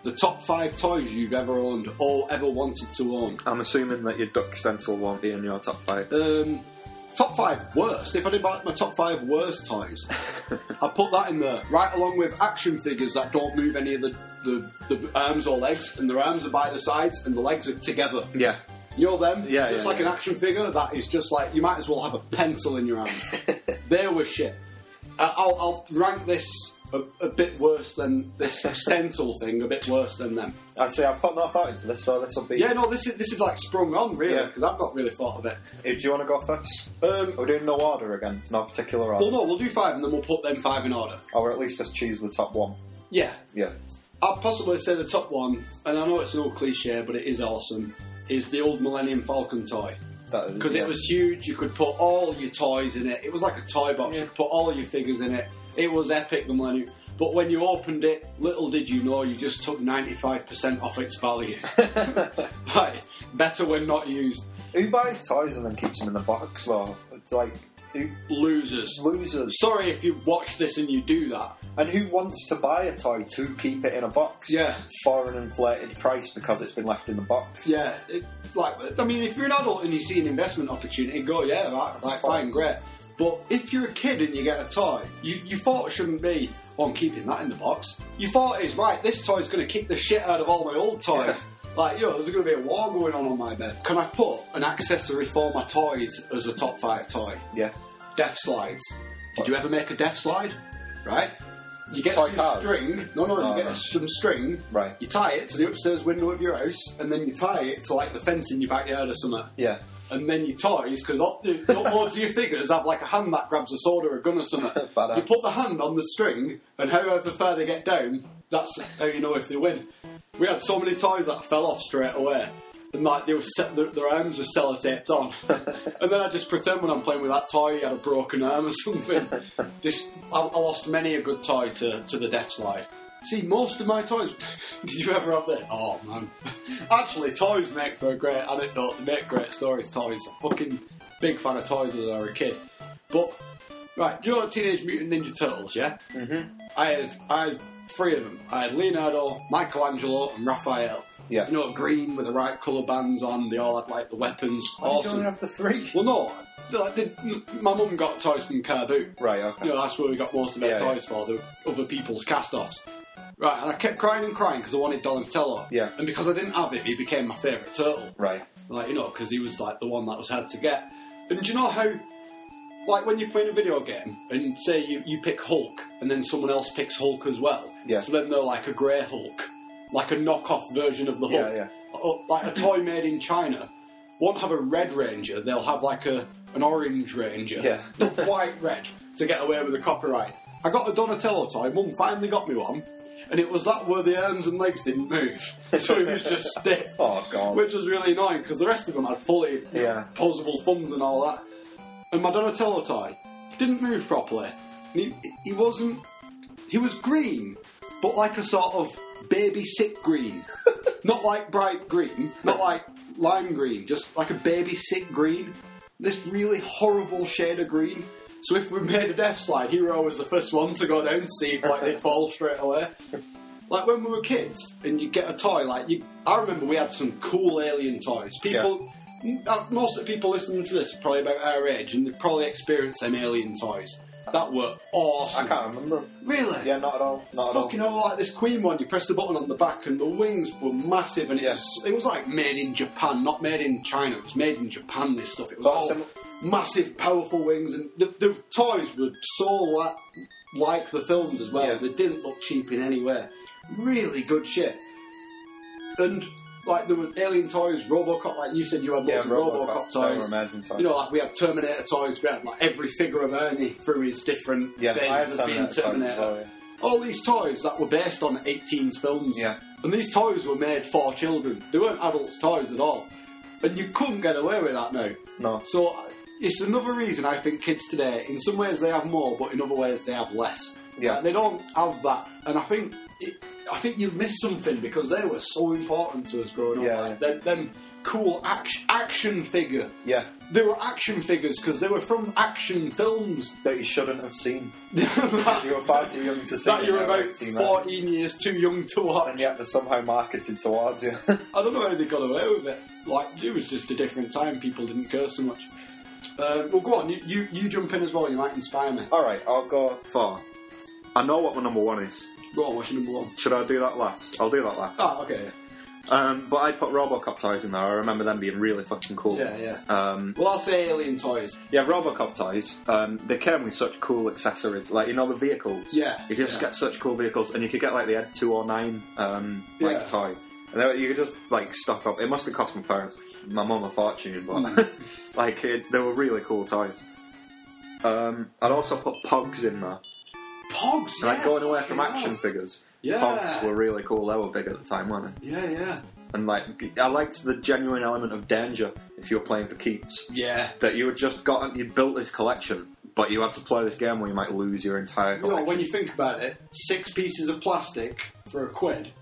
The top five toys you've ever owned or ever wanted to own.
I'm assuming that your duck stencil won't be in your top five.
Um, top five worst. If I did my, my top five worst toys, I put that in there right along with action figures that don't move any of the, the, the arms or legs, and their arms are by the sides and the legs are together.
Yeah.
You're them.
Yeah,
So it's
yeah,
like
yeah.
an action figure that is just like you might as well have a pencil in your
[laughs]
hand. they were shit. I- I'll, I'll rank this a, a bit worse than this stencil thing. A bit worse than them.
I see. I put no thought into this, so this will be.
Yeah, no, this is this is like sprung on really
Yeah.
because I've not really thought of it.
Hey, do you want to go first?
Um,
We're doing no order again, no particular order.
Well, no, we'll do five and then we'll put them five in order.
Or at least just choose the top one.
Yeah,
Yeah.
I'll possibly say the top one, and I know it's an old cliche, but it is awesome. Is the old Millennium Falcon toy
That is.
because
yeah.
it was huge. You could put all your toys in it. It was like a toy box. You could put all your figures in it. It was epic, the Millennium. But when you opened it, little did you know, you just took ninety five percent off its value. right, better when not used.
Who buys toys and then keeps them in the box, though? It's like. Who,
Losers.
losers.
Sorry if you watch this and you do that.
And who wants to buy a toy to keep it in a box?
Yeah.
For an inflated price because it's been left in the box.
Yeah, it, like I mean, if you're an adult and you see an investment opportunity, go yeah, right, right, fine, great. But if you're a kid and you get a toy, you, you thought shouldn't be. Well, I'm keeping that in the box. Your thought is right. This toy's going to kick the shit out of all my old toys. Like you know, there's going to be a war going on on my bed. Can I put an accessory for my toys as a top five toy?
Yeah.
Death slides. Did you ever make a death slide? Right. You get
Toy
some
cars?
string. No, no,
Oh,
you get
right.
some string.
Right.
You tie it to the upstairs window of your house, and then you tie it to like the fence in your backyard or something.
Yeah.
And then your toys, because loads of your figures have like a hand that grabs a sword or a gun or something.
Badass.
you put the hand on the string, and however far they get down, that's how you know if they win. We had so many toys that fell off straight away. And like they were set, their, their arms were sellotaped on, and then I just pretend when I'm playing with that toy, he had a broken arm or something. just I, I lost many a good toy to, to the death slide. See, most of my toys. [laughs] Did you ever have that? Oh man, [laughs] actually, toys make for a great anecdote. They make great stories. Toys, fucking big fan of toys as I was a kid. But right, do you know Teenage Mutant Ninja Turtles? Yeah. Mm-hmm. I had I had three of them. I had Leonardo, Michelangelo, and Raphael.
Yeah.
You know, green with the right colour bands on. They all had like the weapons.
Oh, You only
awesome.
have the three.
Well, no. I did- my mum got toys from Carboot.
Right, okay.
You know, that's where we got most of our
Yeah,
toys for, the other people's cast offs. Right, and I kept crying and crying because I wanted Donatello.
Yeah.
And because I didn't have him, he became my favourite turtle.
Right.
Like, you know, because he was like the one that was hard to get. And do you know how, like, when you're playing a video game and say you, you pick Hulk and then someone else picks Hulk as well?
Yeah.
So then they're like a grey Hulk, like a knockoff version of the
Yeah,
Hulk.
yeah.
Or, uh, like a toy made in China won't have a red ranger, they'll have like a an orange ranger.
Yeah.
Not quite red to get away with the copyright. I got a Donatello toy, mum finally got me one, and it was that where the arms and legs didn't move. [laughs] So it was just stiff.
[laughs] Oh, God.
Which was really annoying because the rest of them had fully
Yeah.
posable thumbs and all that. And my Donatello toy didn't move properly. And he, he wasn't. He was green, but like a sort of baby
[laughs]
sick green. not like bright green, not like lime green, just like a baby sick green. This really horrible shade of green. So if we made a death slide, he were always the first one to go down to see if like they'd fall straight away. Like when we were kids, and you get a toy. Like you, I remember we had some cool alien toys. People, m- uh most of the people listening to this are probably about our age, and they've probably experienced them alien toys. That were awesome.
I can't remember.
Really?
Yeah, not at all. Not at all.
Fucking all like this Queen one. You press the button on the back, and the wings were massive, and it was it was like made in Japan, not made in China. It was made in Japan. This stuff. It was
But
all
some-
massive, powerful wings, and the, the toys were so like like the films as well. They didn't look cheap in any way. Really good shit. And like there was alien toys, Robocop. Like you said, you had lots
Yeah,
of
Robocop.
Robocop,
They were
toys.
amazing toys.
You know, like we had Terminator toys. We had like every figure of Ernie through his different
Yeah, I had
phases of being
Terminator toys
Terminator.
as well, yeah.
All these toys that were based on 18s films.
Yeah.
And these toys were made for children. They weren't adults' toys at all. And you couldn't get away with that now.
No.
So uh, it's another reason I think kids today, in some ways they have more, but in other ways they have less.
Yeah.
Like, they don't have that. And I think it, I think you miss something because they were so important to us growing up.
Yeah.
Like, them, them cool action, action figure
Yeah.
they were action figures because they were from action films. [laughs]
That you shouldn't have seen.
that
You were far too young to see.
that you're
when you were
about
18, right?
14 years too young to watch.
And yet they're somehow marketed towards you. [laughs]
I don't know how they got away with it. Like, it was just a different time. People didn't care so much. Um, well, go on. You, you you jump in as well. You might inspire me.
All right, I'll go for. I know what my number one is.
Go on. What's your number one?
Should I do that last? I'll do that last.
Ah, okay.
Um, but I put RoboCop toys in there. I remember them being really fucking cool.
Yeah, yeah.
Um,
Well, I'll say alien toys.
yeah, RoboCop toys. Um, they came with such cool accessories, like you know the vehicles.
Yeah,
you could just
yeah.
get such cool vehicles, and you could get like the Ed Two Hundred Nine um, like
Yeah.
toy, and they, were- you could just like stock up. It must have cost my parents, my mum a fortune, but
Hmm.
[laughs] like it, they were really cool toys. Um, I'd also put Pogs in there.
Pogs.
Like
yeah,
going away
fucking
from action
hell.
figures.
Yeah.
Pogs were really cool. They were big at the time, weren't they?
Yeah, yeah,
And like, I liked the genuine element of danger if you were playing for keeps.
yeah.
That you had just gotten, you built this collection, but you had to play this game where you might lose your entire
You know,
collection.
when you think about it, six pieces of plastic for a quid.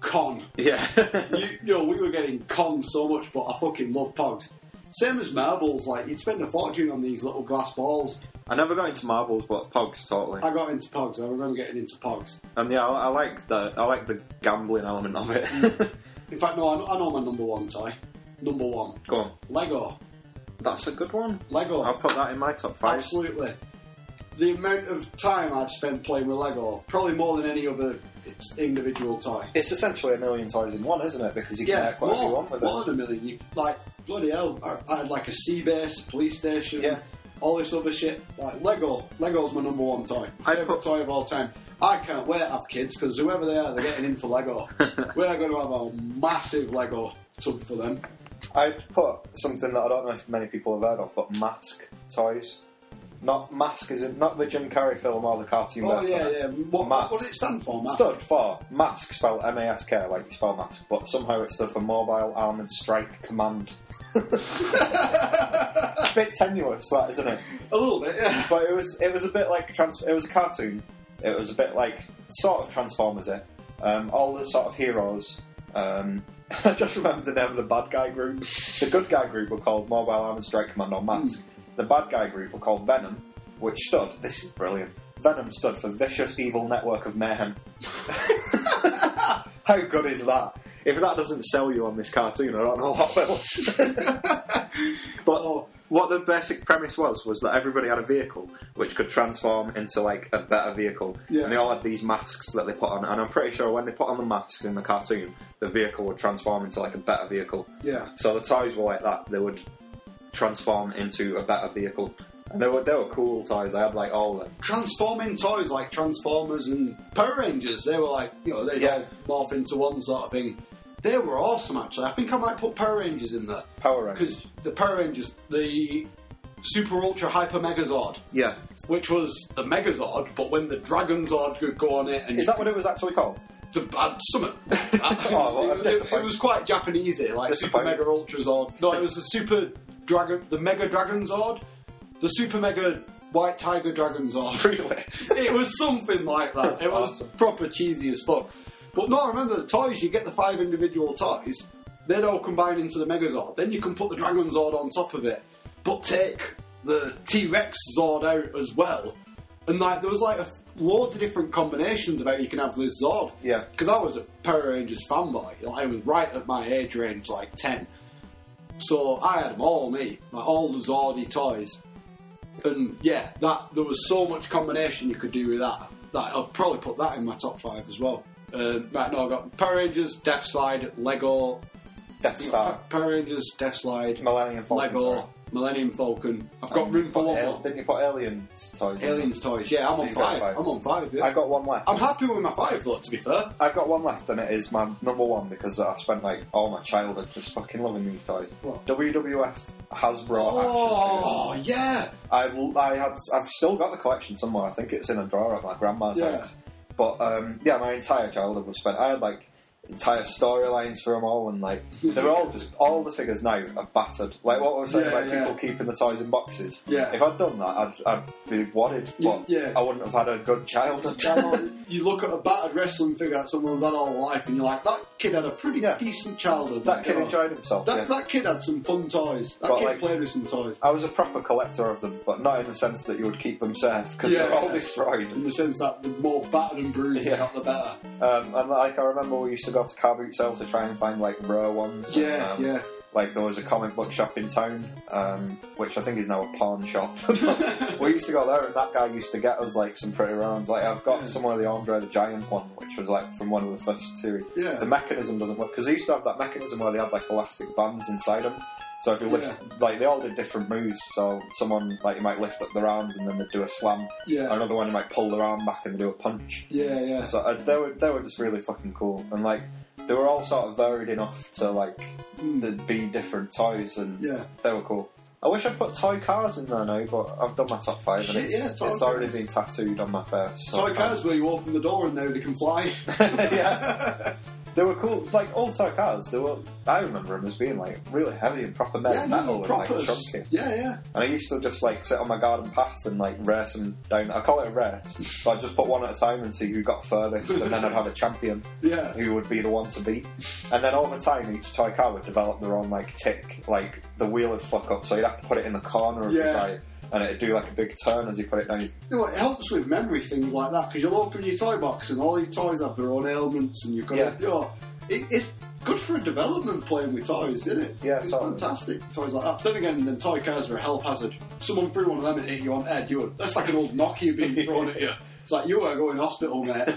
Con.
yeah. [laughs]
you, you know, we were getting conned so much, but I fucking love pogs. Same as marbles, like you'd spend a fortune on these little glass balls.
I never got into marbles, but Pogs totally.
I got into pogs. I remember getting into pogs.
and yeah, I, I like the I like the gambling element of it. [laughs]
In fact, no, I, know- I know my number one toy. Number one,
Go on,
Lego.
that's a good one.
Lego.
I'll put that in my top five.
Absolutely. The amount of time I've spent playing with Lego, probably more than any other individual toy.
It's essentially a million toys in one, isn't it? Because you can have quite
more,
a few on with it.
more than a million. You, like bloody hell, I, I had like a sea base, police station,
Yeah.
all this other shit. Like Lego, Lego's my number one toy,
I
favorite
put-
toy of all time. I can't wait to have kids because whoever they are, they're getting into
[laughs]
Lego. We're going to have a massive Lego tub for them.
I put something that I don't know if many people have heard of, but Mask toys. Not Mask is in not the Jim Carrey film or the cartoon.
Oh
version
yeah,
of it.
yeah. What,
Mask.
what does it stand for? Matt?
Stood for Mask, spelled M A S K, like you spell Mask, but somehow it stood for Mobile Armored Strike
[laughs]
Command. a bit tenuous, that isn't it?
A little bit. Yeah.
But it was it was a bit like trans- it was a cartoon. It was a bit like sort of Transformers. It um, all the sort of heroes. Um, [laughs] I just remember the name of the bad guy group. The good guy group were called Mobile Armored Strike Command or Mask. The bad guy group were called Venom, which stood. This is brilliant. Venom stood for Vicious Evil Network of Mayhem. How good is that? If that doesn't sell you on this cartoon, I don't know what will. but what the basic premise was was that everybody had a vehicle which could transform into like a better vehicle,
Yeah.
and they all had these masks that they put on. And I'm pretty sure when they put on the masks in the cartoon, the vehicle would transform into like a better vehicle.
Yeah.
So the toys were like that; they would transform into a better vehicle. And they were they were cool toys. I had like all of them.
Transforming toys like Transformers and Power Rangers, they were like, you know, they
Yeah.
all morph into one sort of thing. They were awesome, actually. I think I might put Power Rangers in there.
Power Rangers.
Because the Power Rangers, the Super Ultra Hyper Megazord,
Yeah.
which was the Megazord, but when the Dragon Zord could go on it and
Is that what Oh, it was actually called?
the bad
[laughs]
summit?
well, I'm
[laughs] it, it,
disappointed.
was quite Japanesey, like Super
Disappointed.
Mega Ultra Zord. No, it was the Super Dragon, the Mega Dragon Zord, the Super Mega White Tiger Dragon Zord.
[laughs] Really?
it was something like that. It was
Awesome.
proper cheesy as fuck. But no, remember the toys. You get the five individual toys. They'd all combine into the Megazord. Then you can put the Dragon Zord on top of it, but take the T Rex Zord out as well. And like there was like a loads of different combinations of how you can have this Zord.
Yeah.
Because I was a Power Rangers fanboy. Like, I was right at my age range, like ten. So I had them all, me, like all the Zordy toys. And yeah, that there was so much combination you could do with that. That I'll probably put that in my top five as well. Um, right, no, I've got Power Rangers, Death Slide, Lego,
Death Star.
Power Rangers, Death Slide,
Ah. Millennium Falcon,
Lego,
sorry.
Millennium Falcon. I've got
Um,
room for
but
one
Al-
more.
Didn't you put aliens toys? in?
Aliens toys. Yeah, I'm
So
on
you've got
five. I'm on five. Yeah.
I've got one left.
I'm happy with my five, though. To be fair,
I've got one left, and it is my number one because I spent like all my childhood just fucking loving these toys.
What?
WWF Hasbro
Oh,
action figures.
yeah.
I've I had I've still got the collection somewhere. I think it's in a drawer at my grandma's
Yeah.
house. But um, yeah, my entire childhood was spent. I had like entire storylines for them all, and
[laughs]
like they're all just all the figures now are battered. Like what we were saying
Yeah,
about
yeah.
people keeping the toys in boxes.
Yeah.
If I'd done that, I'd, I'd be wadded. But
yeah.
I wouldn't have had a good childhood.
[laughs] you look at a battered wrestling figure that someone's had all their life, and you're like, that kid had a pretty
Yeah.
decent childhood.
That kid
guy."
enjoyed himself,
That,
yeah.
that kid had some fun toys. That
But,
kid
like-
played with some toys.
I was a proper collector of them, but not in the sense that you would keep them safe because
Yeah.
they're all destroyed.
In the sense that the more battered and bruised
Yeah.
they got, the better.
Um, and like I remember, we used to go to car boot sales to try and find like rare ones.
Yeah,
and, um,
yeah.
Like there was a comic book shop in town, um, which I think is now a pawn
[laughs]
shop. we used to go there, and that guy used to get us like some pretty rare ones. Like I've got some of the Andre the Giant one, which was like from one of the first series.
Yeah.
The mechanism doesn't work because they used to have that mechanism where they had like elastic bands inside them. So if you lift, like they all did different moves. So someone like you might lift up their arms and then they'd do a slam.
Yeah.
Another one you might pull their arm back and they do a punch.
Yeah, yeah.
So uh, they were they were just really fucking cool, and like they were all sort of varied enough to like there'd be different toys, and
Hmm. Yeah.
they were cool. I wish I'd put toy cars in there now, but I've done my top five,
Shit,
and it's,
yeah, toy
it's already
cars.
been tattooed on my face. so-
Toy cars where you open the door and now they can fly.
yeah. They were cool, like all toy cars. They were. I remember them as being like really heavy and proper metal,
[laughs] yeah,
metal
no,
and
proper.
like chunky.
Yeah, yeah.
And I used to just like sit on my garden path and like race them down. I call it a race, but I'd just put one at a time and see who got furthest, and then I'd have a champion
[laughs] Yeah.
who would be the one to beat. And then over time, each toy car would develop their own like tick, like the wheel would fuck up, so you'd have to put it in the corner of
Yeah.
the guy, and it'd do like a big turn as you put it down.
You know, it helps with memory things like that because you'll open your toy box and all your toys have their own ailments and you've got
Yeah.
to, you know, it, it's good for a development playing with toys, isn't it? It's,
Yeah,
it's
totally.
fantastic. Toys like that. Then again, then toy cars are a health hazard. Someone threw one of them and hit you on the head. You were, that's like an old Nokia
[laughs]
being thrown at you. It's like you were going to hospital, mate.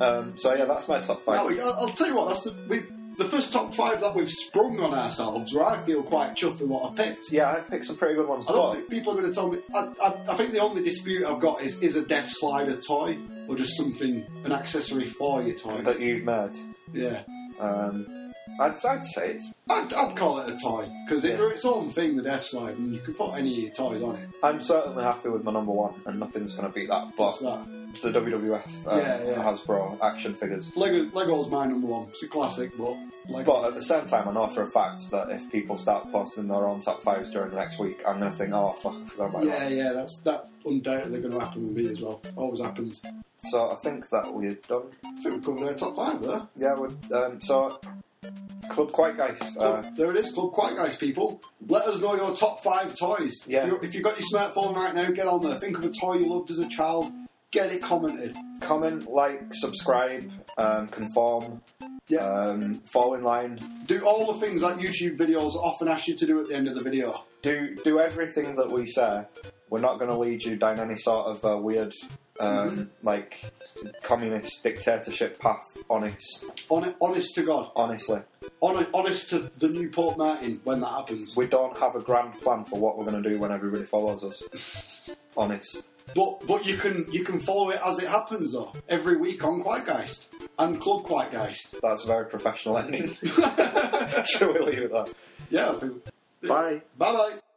Um, so yeah, that's my top
No,
five.
we- I'll I'll tell you what. That's the, we, the first top five that we've sprung on ourselves. Where I feel quite chuffed with what I picked.
yeah, I picked some pretty good ones.
I don't
but-
think people are going to tell me. I, I, I think the only dispute I've got is is a death slider toy or just something, an accessory for your toy.
that you've made.
yeah.
Um, I'd, I'd say it's.
I'd, I'd call it a toy because
Yeah.
it's its own thing, the death slide, and you can put any of your toys on it.
I'm certainly happy with my number one, and nothing's going to beat that. But
What's that?
the WWF um,
Yeah, yeah.
Hasbro action figures.
Lego, Lego's my number one. It's a classic, but like,
But at the same time, I know for a fact that if people start posting their own top fives during the next week, I'm going to think, oh fuck, I forgot about
yeah,
that.
yeah, that's that's undoubtedly going to happen with me as well. Always happens.
So I think that we're done.
I think we've covered our top five there.
Yeah, we're, um, so Club Quite Geist.
So
Uh,
there it is, Club Quiet Guys, people. Let us know your top five toys.
Yeah.
If, you if you've got your smartphone right now, get on there. Think of a toy you loved as a child. Get it commented.
comment, like, subscribe, um, conform,
Yeah.
um, fall in line.
do all the things that YouTube videos often ask you to do at the end of the video.
Do do everything that we say. We're not going to lead you down any sort of uh, weird, um, like, communist dictatorship path. Honest,
Hon- honest to God.
honestly,
Hon- honest to the Newport Martin when that happens.
we don't have a grand plan for what we're going to do when everybody follows us. honest.
But but you can you can follow it as it happens though. Every week on Quietgeist and Club Quietgeist.
That's a very [laughs] professional ending. Shall we leave it there?
Yeah, I think.
Bye.
Bye bye.